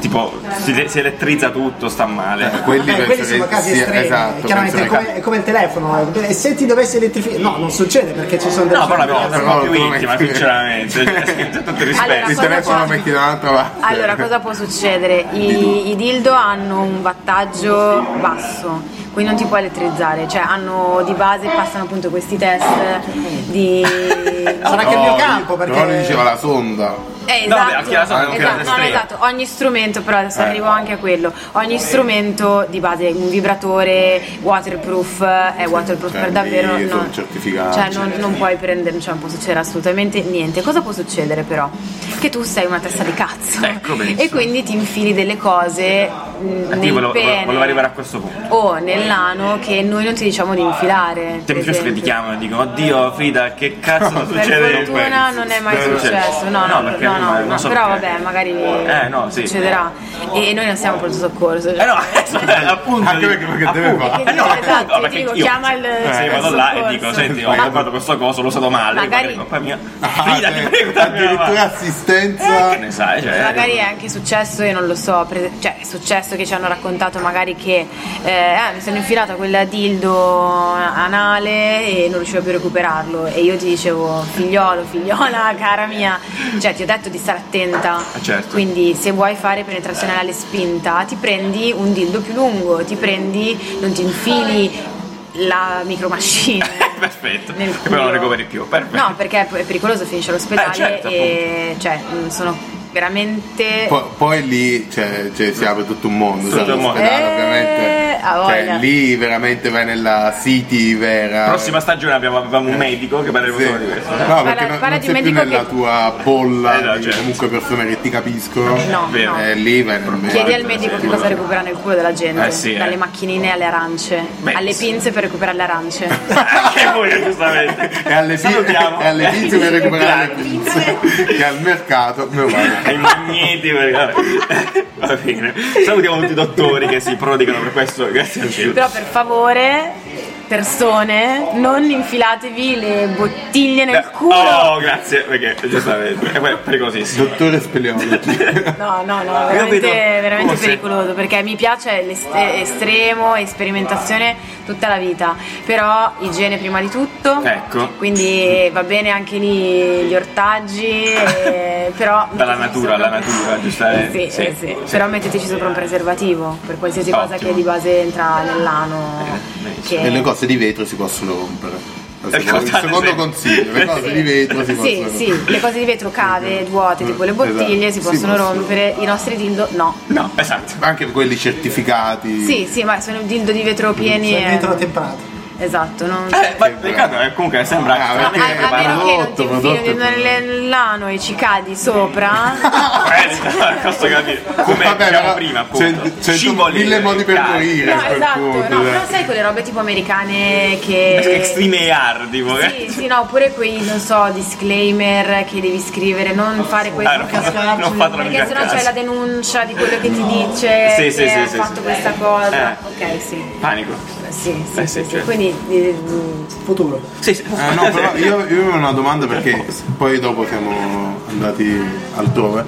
Speaker 3: tipo si, si elettrizza tutto, sta male.
Speaker 4: Eh, quelli,
Speaker 6: Eh,
Speaker 4: penso
Speaker 6: quelli sono
Speaker 4: che
Speaker 6: casi
Speaker 4: sia-
Speaker 6: estremi,
Speaker 4: Esatto,
Speaker 6: chiaramente è
Speaker 4: penso che-
Speaker 6: come, è come il telefono, eh, se ti dovessi elettrificare, no, non succede perché ci sono delle
Speaker 3: No, però la cosa
Speaker 4: però
Speaker 3: è un po' più
Speaker 4: come-
Speaker 3: intima, sinceramente. Cioè, con tutto il
Speaker 5: Allora,
Speaker 4: il
Speaker 3: rispetto.
Speaker 5: cosa
Speaker 4: telefono lo
Speaker 5: c'è?
Speaker 4: metti da un'altra parte.
Speaker 5: Allora, cosa può succedere? I, i dildo hanno un wattaggio basso, quindi non ti puoi elettrizzare, cioè hanno di base passano appunto questi test di
Speaker 6: Sarà
Speaker 4: No,
Speaker 6: che il mio campo perché
Speaker 4: Però lui diceva la sonda.
Speaker 5: Eh,
Speaker 3: No,
Speaker 5: esatto,
Speaker 3: beh, anche la sonda, anche la
Speaker 5: esatto, no,
Speaker 3: testrina.
Speaker 5: esatto, ogni strumento, però adesso
Speaker 3: Eh.
Speaker 5: arrivo anche a quello, ogni strumento di base, un vibratore waterproof eh, è waterproof
Speaker 4: Cioè,
Speaker 5: per davvero,
Speaker 4: lì sono
Speaker 5: no.
Speaker 4: certificati. certo.
Speaker 5: cioè non, non puoi prendere, cioè non può succedere assolutamente niente. Cosa può succedere però? Che tu sei una testa di cazzo
Speaker 3: Ecco, benissimo.
Speaker 5: e quindi ti infili delle cose mh,
Speaker 3: Infatti,
Speaker 5: nel
Speaker 3: volevo-
Speaker 5: pene
Speaker 3: volevo arrivare a questo punto.
Speaker 5: o nell'ano che noi non ti diciamo di infilare.
Speaker 3: Te Cioè, mi
Speaker 5: per
Speaker 3: piace che ti
Speaker 5: esempio.
Speaker 3: chiamano e dicono Oddio Frida che cazzo sta
Speaker 5: Per
Speaker 3: succedendo in
Speaker 5: fortuna
Speaker 3: questo?"
Speaker 5: non è mai
Speaker 3: Eh,
Speaker 5: successo, no,
Speaker 3: No,
Speaker 5: no,
Speaker 3: perché
Speaker 5: no, no,
Speaker 3: non- non
Speaker 5: no,
Speaker 3: so
Speaker 5: però
Speaker 3: perché.
Speaker 5: vabbè, magari
Speaker 3: Eh, no, sì.
Speaker 5: succederà. E noi non siamo pronto soccorso. cioè.
Speaker 3: Eh no, eh, appunto
Speaker 4: Anche perché- perché deve
Speaker 3: appunto.
Speaker 4: fare.
Speaker 3: Eh no,
Speaker 5: Esatto,
Speaker 3: appunto,
Speaker 5: ti
Speaker 3: perché
Speaker 5: dico,
Speaker 3: io-
Speaker 5: chiama il-
Speaker 3: eh,
Speaker 5: il
Speaker 3: vado là e dico
Speaker 5: soccorso.
Speaker 3: Senti, ho
Speaker 5: Ma-
Speaker 3: comprato questo coso, lo so male Magari
Speaker 5: Magari-
Speaker 3: colpa mia
Speaker 4: Ah,
Speaker 3: Frida,
Speaker 4: cioè,
Speaker 3: ti prego dammi una
Speaker 4: addirittura
Speaker 3: mano.
Speaker 6: Eh,
Speaker 4: assistenza.
Speaker 3: Che ne sai, cioè
Speaker 5: Magari è anche successo, io non lo so, per- cioè è successo che ci hanno raccontato magari che eh, ah, mi sono infilata quel dildo anale e non riuscivo più a recuperarlo e io ti dicevo figliolo, figliola, cara mia, cioè ti ho detto di stare attenta,
Speaker 3: Eh, certo.
Speaker 5: quindi se vuoi fare penetrazione anale spinta ti prendi un dildo più lungo, ti prendi, non ti infili la
Speaker 3: Eh,
Speaker 5: micromachine.
Speaker 3: Perfetto
Speaker 5: nel
Speaker 3: Che poi non
Speaker 5: culo.
Speaker 3: recuperi più Perfetto
Speaker 5: No, perché è pericoloso, finisce all'ospedale
Speaker 3: Eh, certo,
Speaker 5: e cioè, mh, sono veramente
Speaker 4: Poi, poi lì cioè, cioè, si apre tutto un mondo,
Speaker 3: Tutto
Speaker 4: cioè,
Speaker 3: un mondo.
Speaker 4: l'ospedale,
Speaker 5: Eh,
Speaker 4: ovviamente.
Speaker 5: ha
Speaker 4: Cioè,
Speaker 5: voglia.
Speaker 4: lì veramente vai nella City vera.
Speaker 3: Prossima stagione abbiamo, avevamo un medico che parleremo
Speaker 4: Eh. Sì.
Speaker 3: solo di questo. eh.
Speaker 4: No, perché non,
Speaker 5: parla
Speaker 4: non
Speaker 5: di
Speaker 4: sei più
Speaker 5: medico
Speaker 4: nella
Speaker 5: che-
Speaker 4: tua bolla
Speaker 3: Esatto,
Speaker 4: di
Speaker 3: certo.
Speaker 4: comunque persone che ti capiscono.
Speaker 5: No,
Speaker 3: Vero.
Speaker 5: no.
Speaker 4: Eh, lì vai nel
Speaker 5: Chiedi al medico che cosa recuperano il culo della gente,
Speaker 3: Eh, sì, eh.
Speaker 5: dalle macchinine alle arance,
Speaker 3: Beh,
Speaker 5: alle
Speaker 3: sì.
Speaker 5: pinze per recuperare le arance.
Speaker 3: Anche voi, giustamente.
Speaker 4: E alle, pi-
Speaker 3: Salutiamo.
Speaker 4: e alle pinze per recuperare le
Speaker 3: Grazie.
Speaker 4: pinze. che al mercato. Meno male.
Speaker 3: ai magneti perché- vabbè. va bene salutiamo tutti i dottori che si prodigano per questo grazie a Dio
Speaker 5: Però per favore, persone, non infilatevi le bottiglie nel culo.
Speaker 3: oh grazie perché giustamente è poi pericolosissimo
Speaker 4: Dottore speleologi.
Speaker 5: No, no, no,
Speaker 3: vedo-
Speaker 5: veramente, veramente
Speaker 3: forse-
Speaker 5: pericoloso perché mi piace l'estremo e sperimentazione tutta la vita, però igiene prima di tutto,
Speaker 3: Ecco.
Speaker 5: quindi va bene anche lì gli ortaggi, e- Eh, però...
Speaker 3: Dalla
Speaker 5: metteteci
Speaker 3: natura
Speaker 5: sopra
Speaker 3: alla
Speaker 5: un-
Speaker 3: natura, giustamente.
Speaker 5: Sì,
Speaker 3: Sì,
Speaker 5: eh sì,
Speaker 3: sì.
Speaker 5: però metteteci sopra un preservativo per qualsiasi cosa
Speaker 3: Ottimo.
Speaker 5: che di base entra nell'ano.
Speaker 3: benissimo.
Speaker 5: che-
Speaker 4: E le cose di vetro si possono rompere. Il secondo, il
Speaker 3: Ricordate
Speaker 4: secondo
Speaker 3: sempre.
Speaker 4: consiglio, le cose di vetro si possono
Speaker 5: Sì,
Speaker 4: rompere.
Speaker 5: sì, le cose di vetro cave, vuote, tipo le bottiglie si
Speaker 4: Esatto,
Speaker 5: possono
Speaker 4: si possono.
Speaker 5: rompere, i nostri dildo no.
Speaker 3: no esatto
Speaker 4: Anche quelli certificati.
Speaker 5: Sì, sì, ma sono dildo di vetro pieni
Speaker 6: Cioè,
Speaker 5: e-
Speaker 6: dentro temperato.
Speaker 5: Esatto, non...
Speaker 3: eh, ma peccato eh, comunque sembra
Speaker 4: Ah,
Speaker 5: A,
Speaker 4: perché
Speaker 3: stranamente che
Speaker 5: a- a
Speaker 3: parla-
Speaker 5: meno che non
Speaker 4: prodotto,
Speaker 5: ti infili
Speaker 4: prodotto.
Speaker 5: nel- nell'ano e ci cadi sopra
Speaker 3: Eh, posso capire come
Speaker 4: Vabbè,
Speaker 3: diciamo
Speaker 4: però
Speaker 3: prima appunto
Speaker 4: c'è- c'è
Speaker 3: Scivoli,
Speaker 4: mille modi per
Speaker 3: cari.
Speaker 4: morire a
Speaker 5: No,
Speaker 4: quel
Speaker 5: esatto, no,
Speaker 3: eh.
Speaker 4: punto. eh.
Speaker 5: però sai quelle robe tipo americane che...
Speaker 3: extreme AR tipo
Speaker 5: Eh,
Speaker 3: eh.
Speaker 5: Sì, sì, no, oppure quei, non so, disclaimer che devi scrivere, non fare
Speaker 3: Ah,
Speaker 5: questo
Speaker 3: non
Speaker 5: caso,
Speaker 3: fa- non fatelo mica
Speaker 5: perché
Speaker 3: a
Speaker 5: sennò c'è
Speaker 3: caso.
Speaker 5: la denuncia di quello che ti dice
Speaker 3: Sì,
Speaker 5: che
Speaker 3: sì, sì,
Speaker 5: hai
Speaker 3: sì,
Speaker 5: fatto
Speaker 3: sì.
Speaker 5: questa cosa.
Speaker 3: Eh.
Speaker 5: Ok, sì.
Speaker 3: panico
Speaker 5: Sì, sì,
Speaker 3: Eh, sì,
Speaker 5: sì, sì.
Speaker 3: certo.
Speaker 5: Quindi eh,
Speaker 6: Futuro.
Speaker 3: sì, sì.
Speaker 4: Eh, no, però io, io avevo una domanda perché poi dopo siamo andati altrove.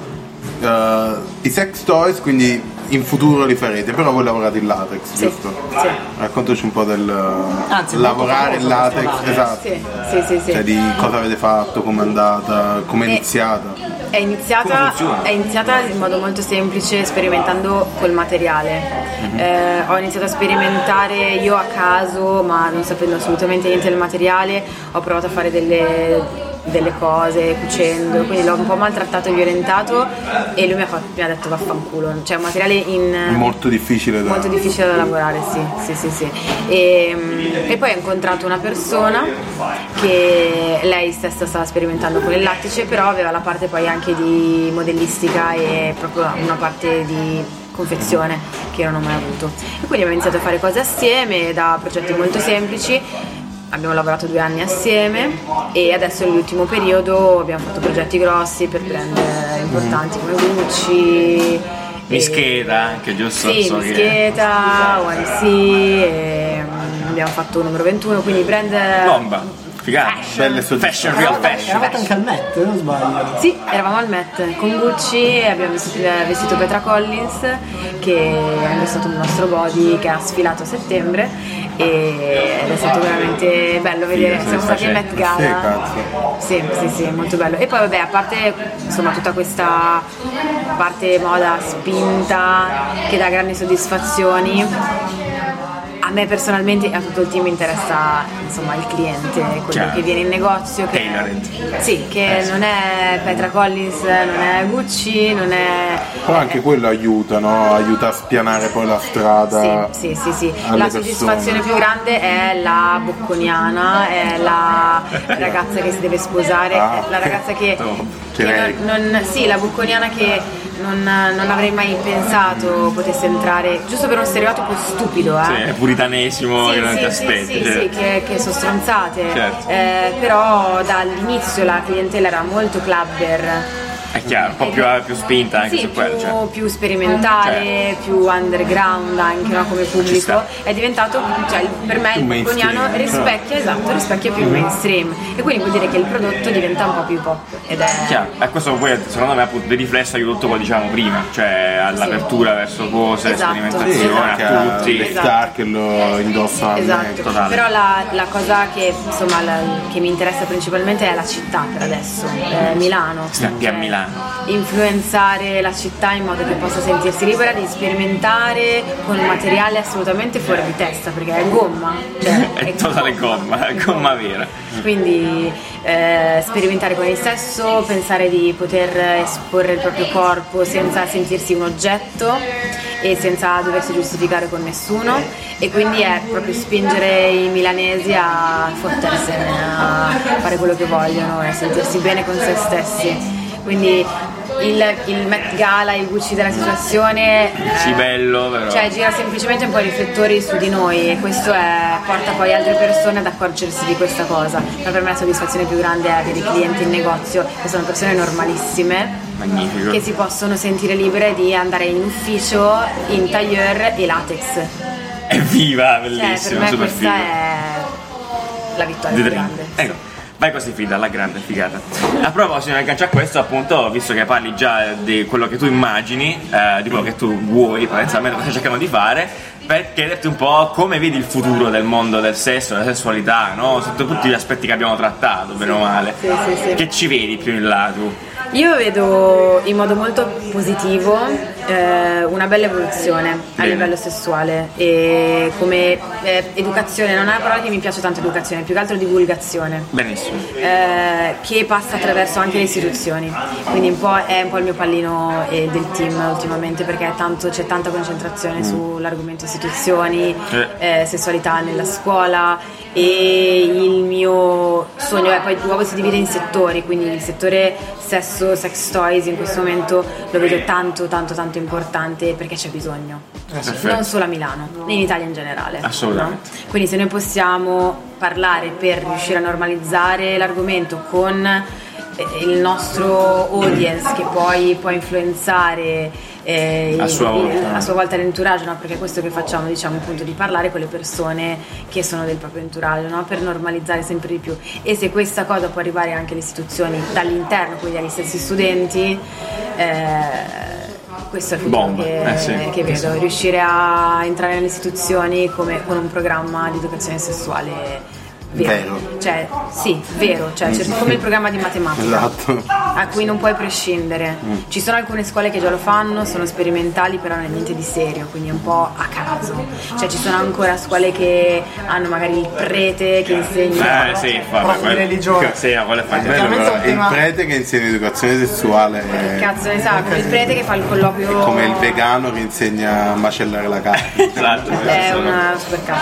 Speaker 4: Eh, I sex toys, quindi in futuro li farete, però voi lavorate in latex, giusto?
Speaker 5: sì.
Speaker 4: Raccontaci un po' del eh,
Speaker 6: Anzi, è
Speaker 4: lavorare
Speaker 6: molto
Speaker 4: in
Speaker 6: famoso
Speaker 4: latex,
Speaker 6: questo latex.
Speaker 4: esatto.
Speaker 5: Sì, sì, sì, sì.
Speaker 4: Cioè di cosa avete fatto, com'è andata, come è
Speaker 5: Eh.
Speaker 4: iniziata.
Speaker 5: È iniziata, è iniziata in modo molto semplice sperimentando col materiale. Eh, ho iniziato a sperimentare io a caso, ma non sapendo assolutamente niente del materiale, ho provato a fare delle, delle cose cucendo, quindi l'ho un po' maltrattato e violentato e lui mi ha, fatto- mi ha detto vaffanculo. Cioè un materiale
Speaker 4: È
Speaker 5: in,
Speaker 4: molto difficile da...
Speaker 5: molto difficile da lavorare, sì, sì, sì, sì. E, mm, e poi ho incontrato una persona che lei stessa stava sperimentando con il lattice, però aveva la parte poi anche di modellistica e proprio una parte di confezione che io non ho mai avuto. E quindi abbiamo iniziato a fare cose assieme da progetti molto semplici. Abbiamo lavorato due anni assieme e adesso nell'ultimo periodo abbiamo fatto progetti grossi per brand eh, importanti come Gucci.
Speaker 3: mi
Speaker 5: e-
Speaker 3: scheda anche giusto
Speaker 5: sì,
Speaker 3: so che-
Speaker 5: Mischieta, OMC, e, mm, abbiamo fatto numero 21, quindi brand...
Speaker 3: bomba figata
Speaker 4: Belle
Speaker 3: fashion
Speaker 4: soddisfazioni.
Speaker 3: real fashion
Speaker 6: Eravate anche al Met, non sbaglio.
Speaker 5: Sì, eravamo al Met con Gucci e abbiamo vestito, eh, vestito Petra Collins che ha indossato il nostro body che ha sfilato a settembre e- ed è stato veramente bello vedere, siamo stati al Met Gala. Sì, sì, sì, molto bello. E poi vabbè, a parte insomma tutta questa parte moda spinta che dà grandi soddisfazioni, a me personalmente e a tutto il team interessa insomma il cliente, quello
Speaker 3: Chiaro.
Speaker 5: che viene in negozio. Che,
Speaker 3: Tailored. Eh,
Speaker 5: Sì, che non è Petra Collins, non è Gucci, non è...
Speaker 4: Però anche quello aiuta, no? Aiuta a spianare poi la strada.
Speaker 5: Sì, sì, sì, sì.
Speaker 4: alle
Speaker 5: La
Speaker 4: persone.
Speaker 5: soddisfazione più grande è la bocconiana, è la ragazza che si deve sposare,
Speaker 4: Ah.
Speaker 5: è la ragazza che,
Speaker 4: Oh,
Speaker 5: che
Speaker 4: direi.
Speaker 5: non, non- sì, la bocconiana che non, non avrei mai pensato potesse entrare, giusto per uno stereotipo stupido, eh.
Speaker 3: Sì, è puritanesimo in tanti aspetti
Speaker 5: sì,
Speaker 3: cioè.
Speaker 5: sì, che, che sono stronzate.
Speaker 3: Certo.
Speaker 5: Eh, però dall'inizio la clientela era molto clubber.
Speaker 3: È chiaro, un po' più, eh, più spinta anche
Speaker 5: Eh, Sì,
Speaker 3: su
Speaker 5: più,
Speaker 3: quello. Cioè.
Speaker 5: più sperimentale, più underground anche no, come
Speaker 3: Ci
Speaker 5: pubblico.
Speaker 3: sta.
Speaker 5: È diventato, cioè, il- per me il
Speaker 4: Più mainstream, eh. Mm-hmm.
Speaker 5: bocconiano rispecchia, esatto, rispecchia più il mainstream. E quindi vuol dire che il prodotto diventa un po' più pop. Ed è
Speaker 3: Chiaro. E questo poi secondo me appunto di riflesso aiuta tutto quello che dicevamo prima, cioè all'apertura verso cose,
Speaker 5: Esatto.
Speaker 4: Sì,
Speaker 3: sperimentazione
Speaker 4: anche
Speaker 3: a
Speaker 4: a-
Speaker 3: tutti.
Speaker 4: le star che lo indossano al
Speaker 5: Esatto,
Speaker 4: Met.
Speaker 3: totale.
Speaker 5: però la, la cosa che, insomma, la- che mi interessa principalmente è la città per adesso, eh, Milano.
Speaker 3: Sì, anche a
Speaker 5: Cioè,
Speaker 3: Milano, strano.
Speaker 5: influenzare la città in modo che possa sentirsi libera di sperimentare con un materiale assolutamente fuori di testa perché è gomma cioè,
Speaker 3: È totale gomma, gomma vera.
Speaker 5: quindi eh, sperimentare con il sesso pensare di poter esporre il proprio corpo senza sentirsi un oggetto e senza doversi giustificare con nessuno e quindi è proprio spingere i milanesi a fottersene a fare quello che vogliono e a sentirsi bene con se stessi quindi il, il Met Gala, il Gucci della situazione
Speaker 3: Sì,
Speaker 5: eh,
Speaker 3: bello, però.
Speaker 5: cioè gira semplicemente un po' i riflettori su di noi e questo è- porta poi altre persone ad accorgersi di questa cosa. Ma per me la soddisfazione più grande è avere i clienti in negozio che sono persone normalissime
Speaker 3: Magnifico.
Speaker 5: che si possono sentire libere di andare in ufficio in tailleur e latex.
Speaker 3: Evviva,
Speaker 5: Cioè, per
Speaker 3: bellissimo,
Speaker 5: me
Speaker 3: super figo.
Speaker 5: questa è la vittoria
Speaker 3: The
Speaker 5: più
Speaker 3: Dream.
Speaker 5: grande.
Speaker 3: Ecco, vai con questi fida alla grande figata. A proposito, in aggancio a questo, appunto, visto che parli già di quello che tu immagini, eh, di quello che tu vuoi, potenzialmente cosa cercano di fare, per chiederti un po' come vedi il futuro del mondo del sesso, della sessualità, no? Sotto tutti gli aspetti che abbiamo trattato, bene o male.
Speaker 5: sì, sì, sì.
Speaker 3: Che ci vedi più in là tu?
Speaker 5: Io vedo in modo molto positivo eh, una bella evoluzione a
Speaker 3: Bene.
Speaker 5: livello sessuale e come eh, educazione, non è una parola che mi piace tanto educazione, più che altro divulgazione
Speaker 3: Benissimo.
Speaker 5: eh, che passa attraverso anche le istituzioni. Quindi un po' è un po' il mio pallino eh, del team ultimamente perché è tanto- c'è tanta concentrazione sull'argomento istituzioni,
Speaker 3: Eh.
Speaker 5: eh, sessualità nella scuola e il mio sogno è poi il Duovo si divide in settori, quindi il settore sesso, sex toys in questo momento lo vedo tanto tanto tanto importante perché c'è bisogno.
Speaker 3: Perfetto.
Speaker 5: Non solo a Milano, in Italia in generale.
Speaker 3: Assolutamente.
Speaker 5: no? Quindi se noi possiamo parlare per riuscire a normalizzare l'argomento con eh, il nostro audience che poi può influenzare eh,
Speaker 3: A
Speaker 5: il-
Speaker 3: sua volta.
Speaker 5: a sua volta l'entourage, no? perché è questo che facciamo, diciamo appunto di parlare con le persone che sono del proprio entourage, no? per normalizzare sempre di più. E se questa cosa può arrivare anche alle istituzioni dall'interno, quindi agli stessi studenti, eh, questo è il futuro
Speaker 3: Bomba.
Speaker 5: che,
Speaker 3: Eh, sì.
Speaker 5: che vedo, riuscire a entrare nelle istituzioni come- con un programma di educazione sessuale. Vero.
Speaker 4: Vero.
Speaker 5: Cioè, sì, vero, cioè, cioè, come il programma di matematica
Speaker 4: Esatto. Mm.
Speaker 5: a cui non puoi prescindere. Ci sono alcune scuole che già lo fanno, sono sperimentali, però non è niente di serio, quindi è un po' a caso. Cioè ci sono ancora scuole che hanno magari il prete che insegna.
Speaker 3: Eh sì,
Speaker 6: Prof
Speaker 3: vabbè,
Speaker 6: di
Speaker 3: quello-
Speaker 6: religione.
Speaker 3: Sì, ma quello è
Speaker 4: Bello,
Speaker 3: fantastico.
Speaker 6: Chiaramente
Speaker 4: però,
Speaker 6: è un
Speaker 4: il
Speaker 6: tema-
Speaker 4: prete che insegna educazione sessuale
Speaker 5: Che
Speaker 4: è
Speaker 5: Cazzo ne sa, come il prete che fa il
Speaker 4: è
Speaker 5: colloquio.
Speaker 4: come il vegano che insegna a macellare la carne.
Speaker 3: Esatto,
Speaker 5: È
Speaker 3: questo, no?
Speaker 5: una super cioè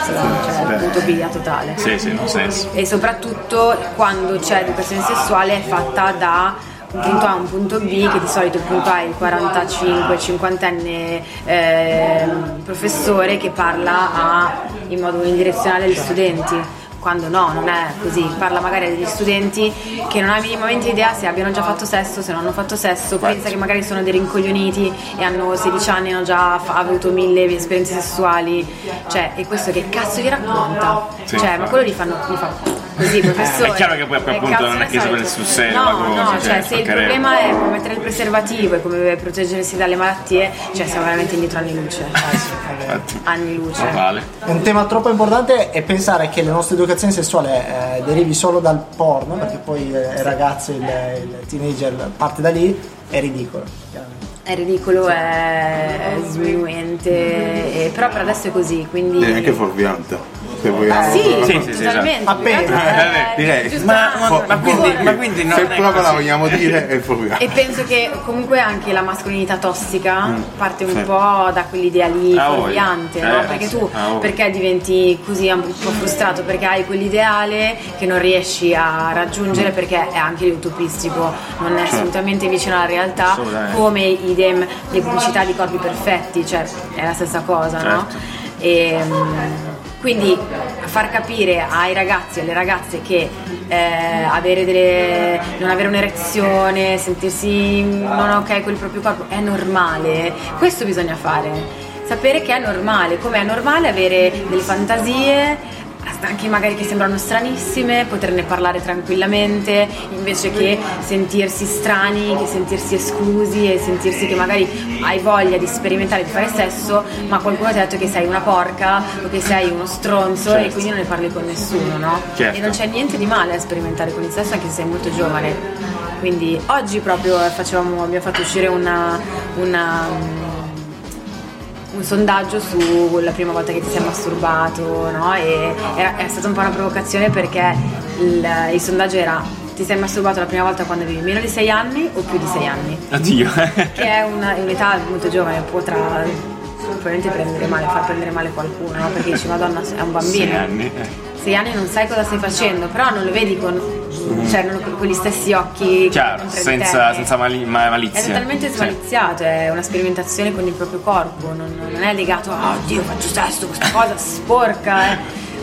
Speaker 4: Beh.
Speaker 5: utopia totale.
Speaker 3: Sì, sì, non senso.
Speaker 5: e soprattutto quando c'è educazione sessuale è fatta da un punto A a un punto B che di solito il punto A è il 45-50enne ehm, professore che parla a- in modo unidirezionale agli studenti quando no, non è così, parla magari degli studenti che non ha minimamente idea se abbiano già fatto sesso, se non hanno fatto sesso, pensa che magari sono dei rincoglioniti e hanno 16 anni e hanno già fa- avuto mille esperienze sessuali, cioè, e questo che cazzo gli racconta?
Speaker 3: Sì,
Speaker 5: cioè, ma
Speaker 3: infatti.
Speaker 5: quello li fanno, li fa così, professore.
Speaker 3: Eh, È chiaro che poi a quel
Speaker 5: Eh,
Speaker 3: punto
Speaker 5: cazzo,
Speaker 3: non è che
Speaker 5: ne so,
Speaker 3: sapere
Speaker 5: cioè-
Speaker 3: sul serio la
Speaker 5: No,
Speaker 3: cosa,
Speaker 5: no,
Speaker 3: cioè,
Speaker 5: cioè, se il
Speaker 3: spaccheremo.
Speaker 5: problema è come mettere il preservativo e come proteggersi dalle malattie, cioè, siamo veramente indietro anni luce.
Speaker 4: Eh,
Speaker 3: Infatti.
Speaker 5: anni luce.
Speaker 3: Totale.
Speaker 6: Un tema troppo importante è pensare che la nostra educazione sessuale eh, derivi solo dal porno, perché poi eh, il ragazzo, il, il teenager parte da lì, è ridicolo. chiaramente.
Speaker 5: È ridicolo, è sminuente, e- però per adesso è così, quindi...
Speaker 4: Direi anche fuorviante. Se vogliamo.
Speaker 5: Ah, Sì,
Speaker 3: Sì, sì, sì, esatto.
Speaker 5: totalmente.
Speaker 6: Appena.
Speaker 5: Più che altro è-
Speaker 4: Eh, direi.
Speaker 5: giusto- Ah,
Speaker 3: Ma- ma-
Speaker 5: Fuori.
Speaker 3: ma quindi- ma quindi no,
Speaker 4: se
Speaker 3: non è
Speaker 4: proprio la
Speaker 3: così.
Speaker 4: vogliamo dire è fuorviante.
Speaker 5: E penso che comunque anche la mascolinità tossica parte un
Speaker 4: sì.
Speaker 5: po' da quell'idea lì
Speaker 3: Mm. Ah, voglia.
Speaker 5: fuorviante,
Speaker 3: Eh,
Speaker 5: no? Perché
Speaker 3: sì.
Speaker 5: tu
Speaker 3: Ah, voglia.
Speaker 5: perché diventi così un po' frustrato? Perché hai quell'ideale che non riesci a raggiungere
Speaker 3: Mm.
Speaker 5: perché è anche utopistico, non è assolutamente vicino alla realtà,
Speaker 3: Assolutamente.
Speaker 5: come idem le pubblicità di corpi perfetti, cioè è la stessa cosa, no?
Speaker 3: Certo.
Speaker 5: E, mm, quindi far capire ai ragazzi e alle ragazze che eh, avere delle- non avere un'erezione, sentirsi non ok col proprio corpo è normale, questo bisogna fare. Sapere che è normale, come è normale avere delle fantasie, anche magari che sembrano stranissime, poterne parlare tranquillamente, invece che sentirsi strani, che sentirsi esclusi e sentirsi che magari hai voglia di sperimentare, di fare sesso, ma qualcuno ti ha detto che sei una porca o che sei uno stronzo e
Speaker 3: Certo.
Speaker 5: quindi non ne parli con nessuno, no?
Speaker 3: Certo.
Speaker 5: E non c'è niente di male a sperimentare con il sesso anche se sei molto giovane. Quindi oggi proprio facevamo- abbiamo fatto uscire una- una mm, un sondaggio sulla prima volta che ti sei masturbato, no? E
Speaker 3: Ah.
Speaker 5: era- è stata un po' una provocazione perché il, il sondaggio era ti sei masturbato la prima volta quando avevi meno di 6 anni o più di 6 anni?
Speaker 3: Oddio.
Speaker 5: Che è una- un'età molto giovane, può tra probabilmente prendere male, far prendere male qualcuno, no? Perché dici madonna è un
Speaker 3: Sei
Speaker 5: bambino.
Speaker 3: anni. eh.
Speaker 5: 6 anni non sai cosa stai facendo, però non lo vedi con. Cioè, non con- con gli stessi occhi.
Speaker 3: Chiaro,
Speaker 5: trentenni.
Speaker 3: senza, senza mali- ma- malizia.
Speaker 5: È totalmente
Speaker 3: Sì.
Speaker 5: smaliziato, è una sperimentazione con il proprio corpo, non, non è legato a oh, Dio faccio sesso, questa cosa sporca. eh."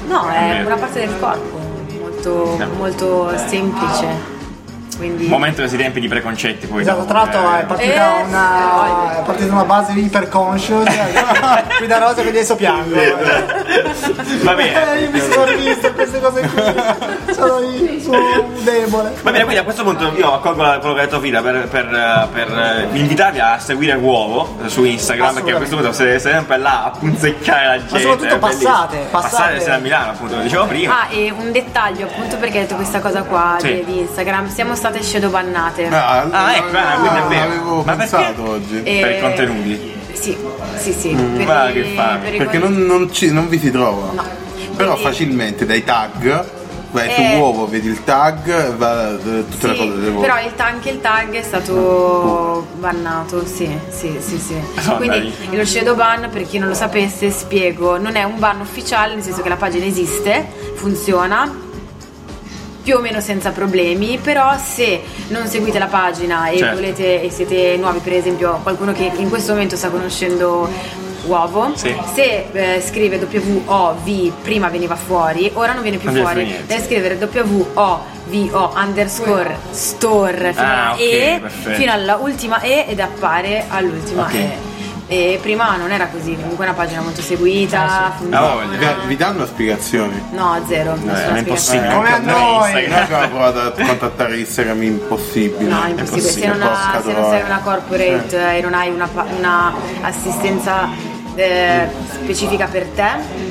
Speaker 5: No, è una parte del corpo molto,
Speaker 3: Sì.
Speaker 5: molto semplice. Quindi
Speaker 3: Momento che si riempie di preconcetti poi.
Speaker 6: Esatto,
Speaker 3: dopo,
Speaker 6: tra l'altro
Speaker 3: eh.
Speaker 6: è partita,
Speaker 5: Eh,
Speaker 6: una, è partita una base iperconscious, qui da Rosa, quindi adesso piango.
Speaker 3: Va bene.
Speaker 6: Eh, io mi sono rivisto queste cose qui, sono io, sono un debole.
Speaker 3: Va bene, quindi a questo punto io accolgo la- quello che ha detto Fida per, per, eh, per, eh, invitarvi a seguire Uovo eh, su Instagram perché a questo punto siete sempre là a punzeccare la gente.
Speaker 6: soprattutto
Speaker 3: è bellissimo.
Speaker 6: passate, passate.
Speaker 3: Passate se a Milano appunto, come dicevo prima.
Speaker 5: Ah, e un dettaglio appunto perché hai detto questa cosa qua
Speaker 3: Sì.
Speaker 5: di, di Instagram, siamo state shadowbannate.
Speaker 4: Ah,
Speaker 3: Ah, ecco, ah, quindi è vero.
Speaker 4: Avevo
Speaker 3: Ma perché?
Speaker 4: pensato oggi.
Speaker 5: Eh,
Speaker 3: per i contenuti.
Speaker 5: Sì, sì, sì.
Speaker 3: ma
Speaker 5: i-
Speaker 3: che fame.
Speaker 5: i
Speaker 4: Perché
Speaker 5: con-
Speaker 4: non, non ci- non vi si trova.
Speaker 5: No.
Speaker 4: Però
Speaker 5: Quindi-
Speaker 4: facilmente dai tag, vai
Speaker 5: Eh.
Speaker 4: su uovo, vedi il tag, e va eh, tutte le
Speaker 5: Sì,
Speaker 4: cose Mm. delle
Speaker 5: però
Speaker 4: uova.
Speaker 5: il, ta- anche il tag è stato bannato, sì, sì, sì, sì.
Speaker 3: Ah,
Speaker 5: Quindi lo shadow ban, per chi non lo sapesse, spiego, non è un ban ufficiale, nel senso che la pagina esiste, funziona più o meno senza problemi, però se non seguite la pagina e
Speaker 3: Certo.
Speaker 5: volete e siete nuovi, per esempio, qualcuno che in questo momento sta conoscendo Uovo,
Speaker 3: Sì.
Speaker 5: se eh, scrive WOV prima veniva fuori, ora non viene più
Speaker 3: Non viene
Speaker 5: fuori,
Speaker 3: più niente.
Speaker 5: deve scrivere WOVO underscore store fino
Speaker 3: Ah,
Speaker 5: alla
Speaker 3: ok,
Speaker 5: E,
Speaker 3: perfetto.
Speaker 5: fino all'ultima E ed appare all'ultima
Speaker 3: Ok.
Speaker 5: E. E prima non era così, comunque è una pagina molto seguita. funziona.
Speaker 3: Ah, voglia.
Speaker 4: Vi, vi danno spiegazioni. Eh,
Speaker 5: No, zero.
Speaker 3: No,
Speaker 5: nessuna
Speaker 3: è impossibile.
Speaker 5: spiegazione.
Speaker 6: Come a
Speaker 4: Anche
Speaker 6: noi.
Speaker 4: Noi abbiamo provato a contattare Instagram, è impossibile.
Speaker 5: No, è impossibile. Se non, ha-
Speaker 4: Porca
Speaker 5: se non sei
Speaker 4: troia.
Speaker 5: una corporate eh, e non hai una, pa- una assistenza eh, specifica per te,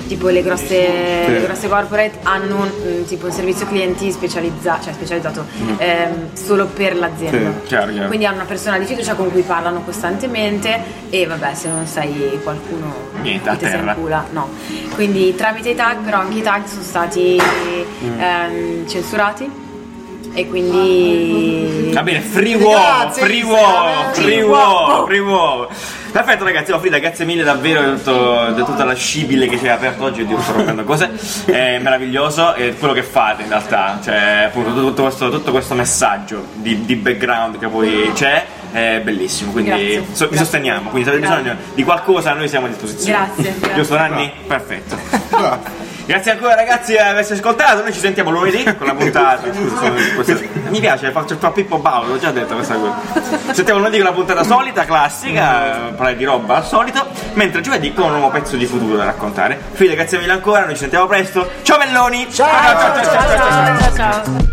Speaker 5: tipo le grosse, le grosse corporate hanno un, mm, tipo un servizio clienti specializzato, cioè specializzato ehm, solo per l'azienda.
Speaker 4: Sì.
Speaker 3: Mm. Chiaro, chiaro.
Speaker 5: Quindi hanno una persona di fiducia con cui parlano costantemente e vabbè se non sei qualcuno
Speaker 3: Niente, a
Speaker 5: che ti si
Speaker 3: terra.
Speaker 5: incula, no. Quindi tramite i tag però anche i tag sono stati
Speaker 3: Mm.
Speaker 5: ehm, censurati e quindi
Speaker 3: Va bene, free
Speaker 6: Quindi
Speaker 3: uovo,
Speaker 6: grazie,
Speaker 3: free
Speaker 6: Instagram.
Speaker 3: uovo, free
Speaker 5: Free
Speaker 3: uovo,
Speaker 5: uovo.
Speaker 3: free uovo. Perfetto ragazzi, oh, Frida, grazie mille davvero di, tutto- di tutta la scibile che ci hai aperto oggi, Dio sto rompendo cose, è meraviglioso e quello che fate in realtà, cioè appunto tutto questo, tutto questo messaggio di, di background che poi c'è è bellissimo, quindi
Speaker 5: Grazie.
Speaker 3: so- vi
Speaker 5: Grazie.
Speaker 3: sosteniamo, quindi se avete
Speaker 5: Grazie.
Speaker 3: bisogno di qualcosa noi siamo a disposizione.
Speaker 5: Grazie, grazie.
Speaker 3: Giusto Nanni? Perfetto. Grazie ancora ragazzi per averci ascoltato, noi ci sentiamo lunedì con la puntata. Questa- Mi piace, faccio il tuo Pippo Paolo, l'ho già detto questa cosa. Ci Sentiamo lunedì con la puntata solita, classica, eh, parlare di roba al solito, mentre giovedì con un nuovo pezzo di futuro da raccontare. Fede, grazie mille ancora, noi ci sentiamo presto. Ciao Belloni!
Speaker 5: ciao ciao ciao ciao ciao, ciao.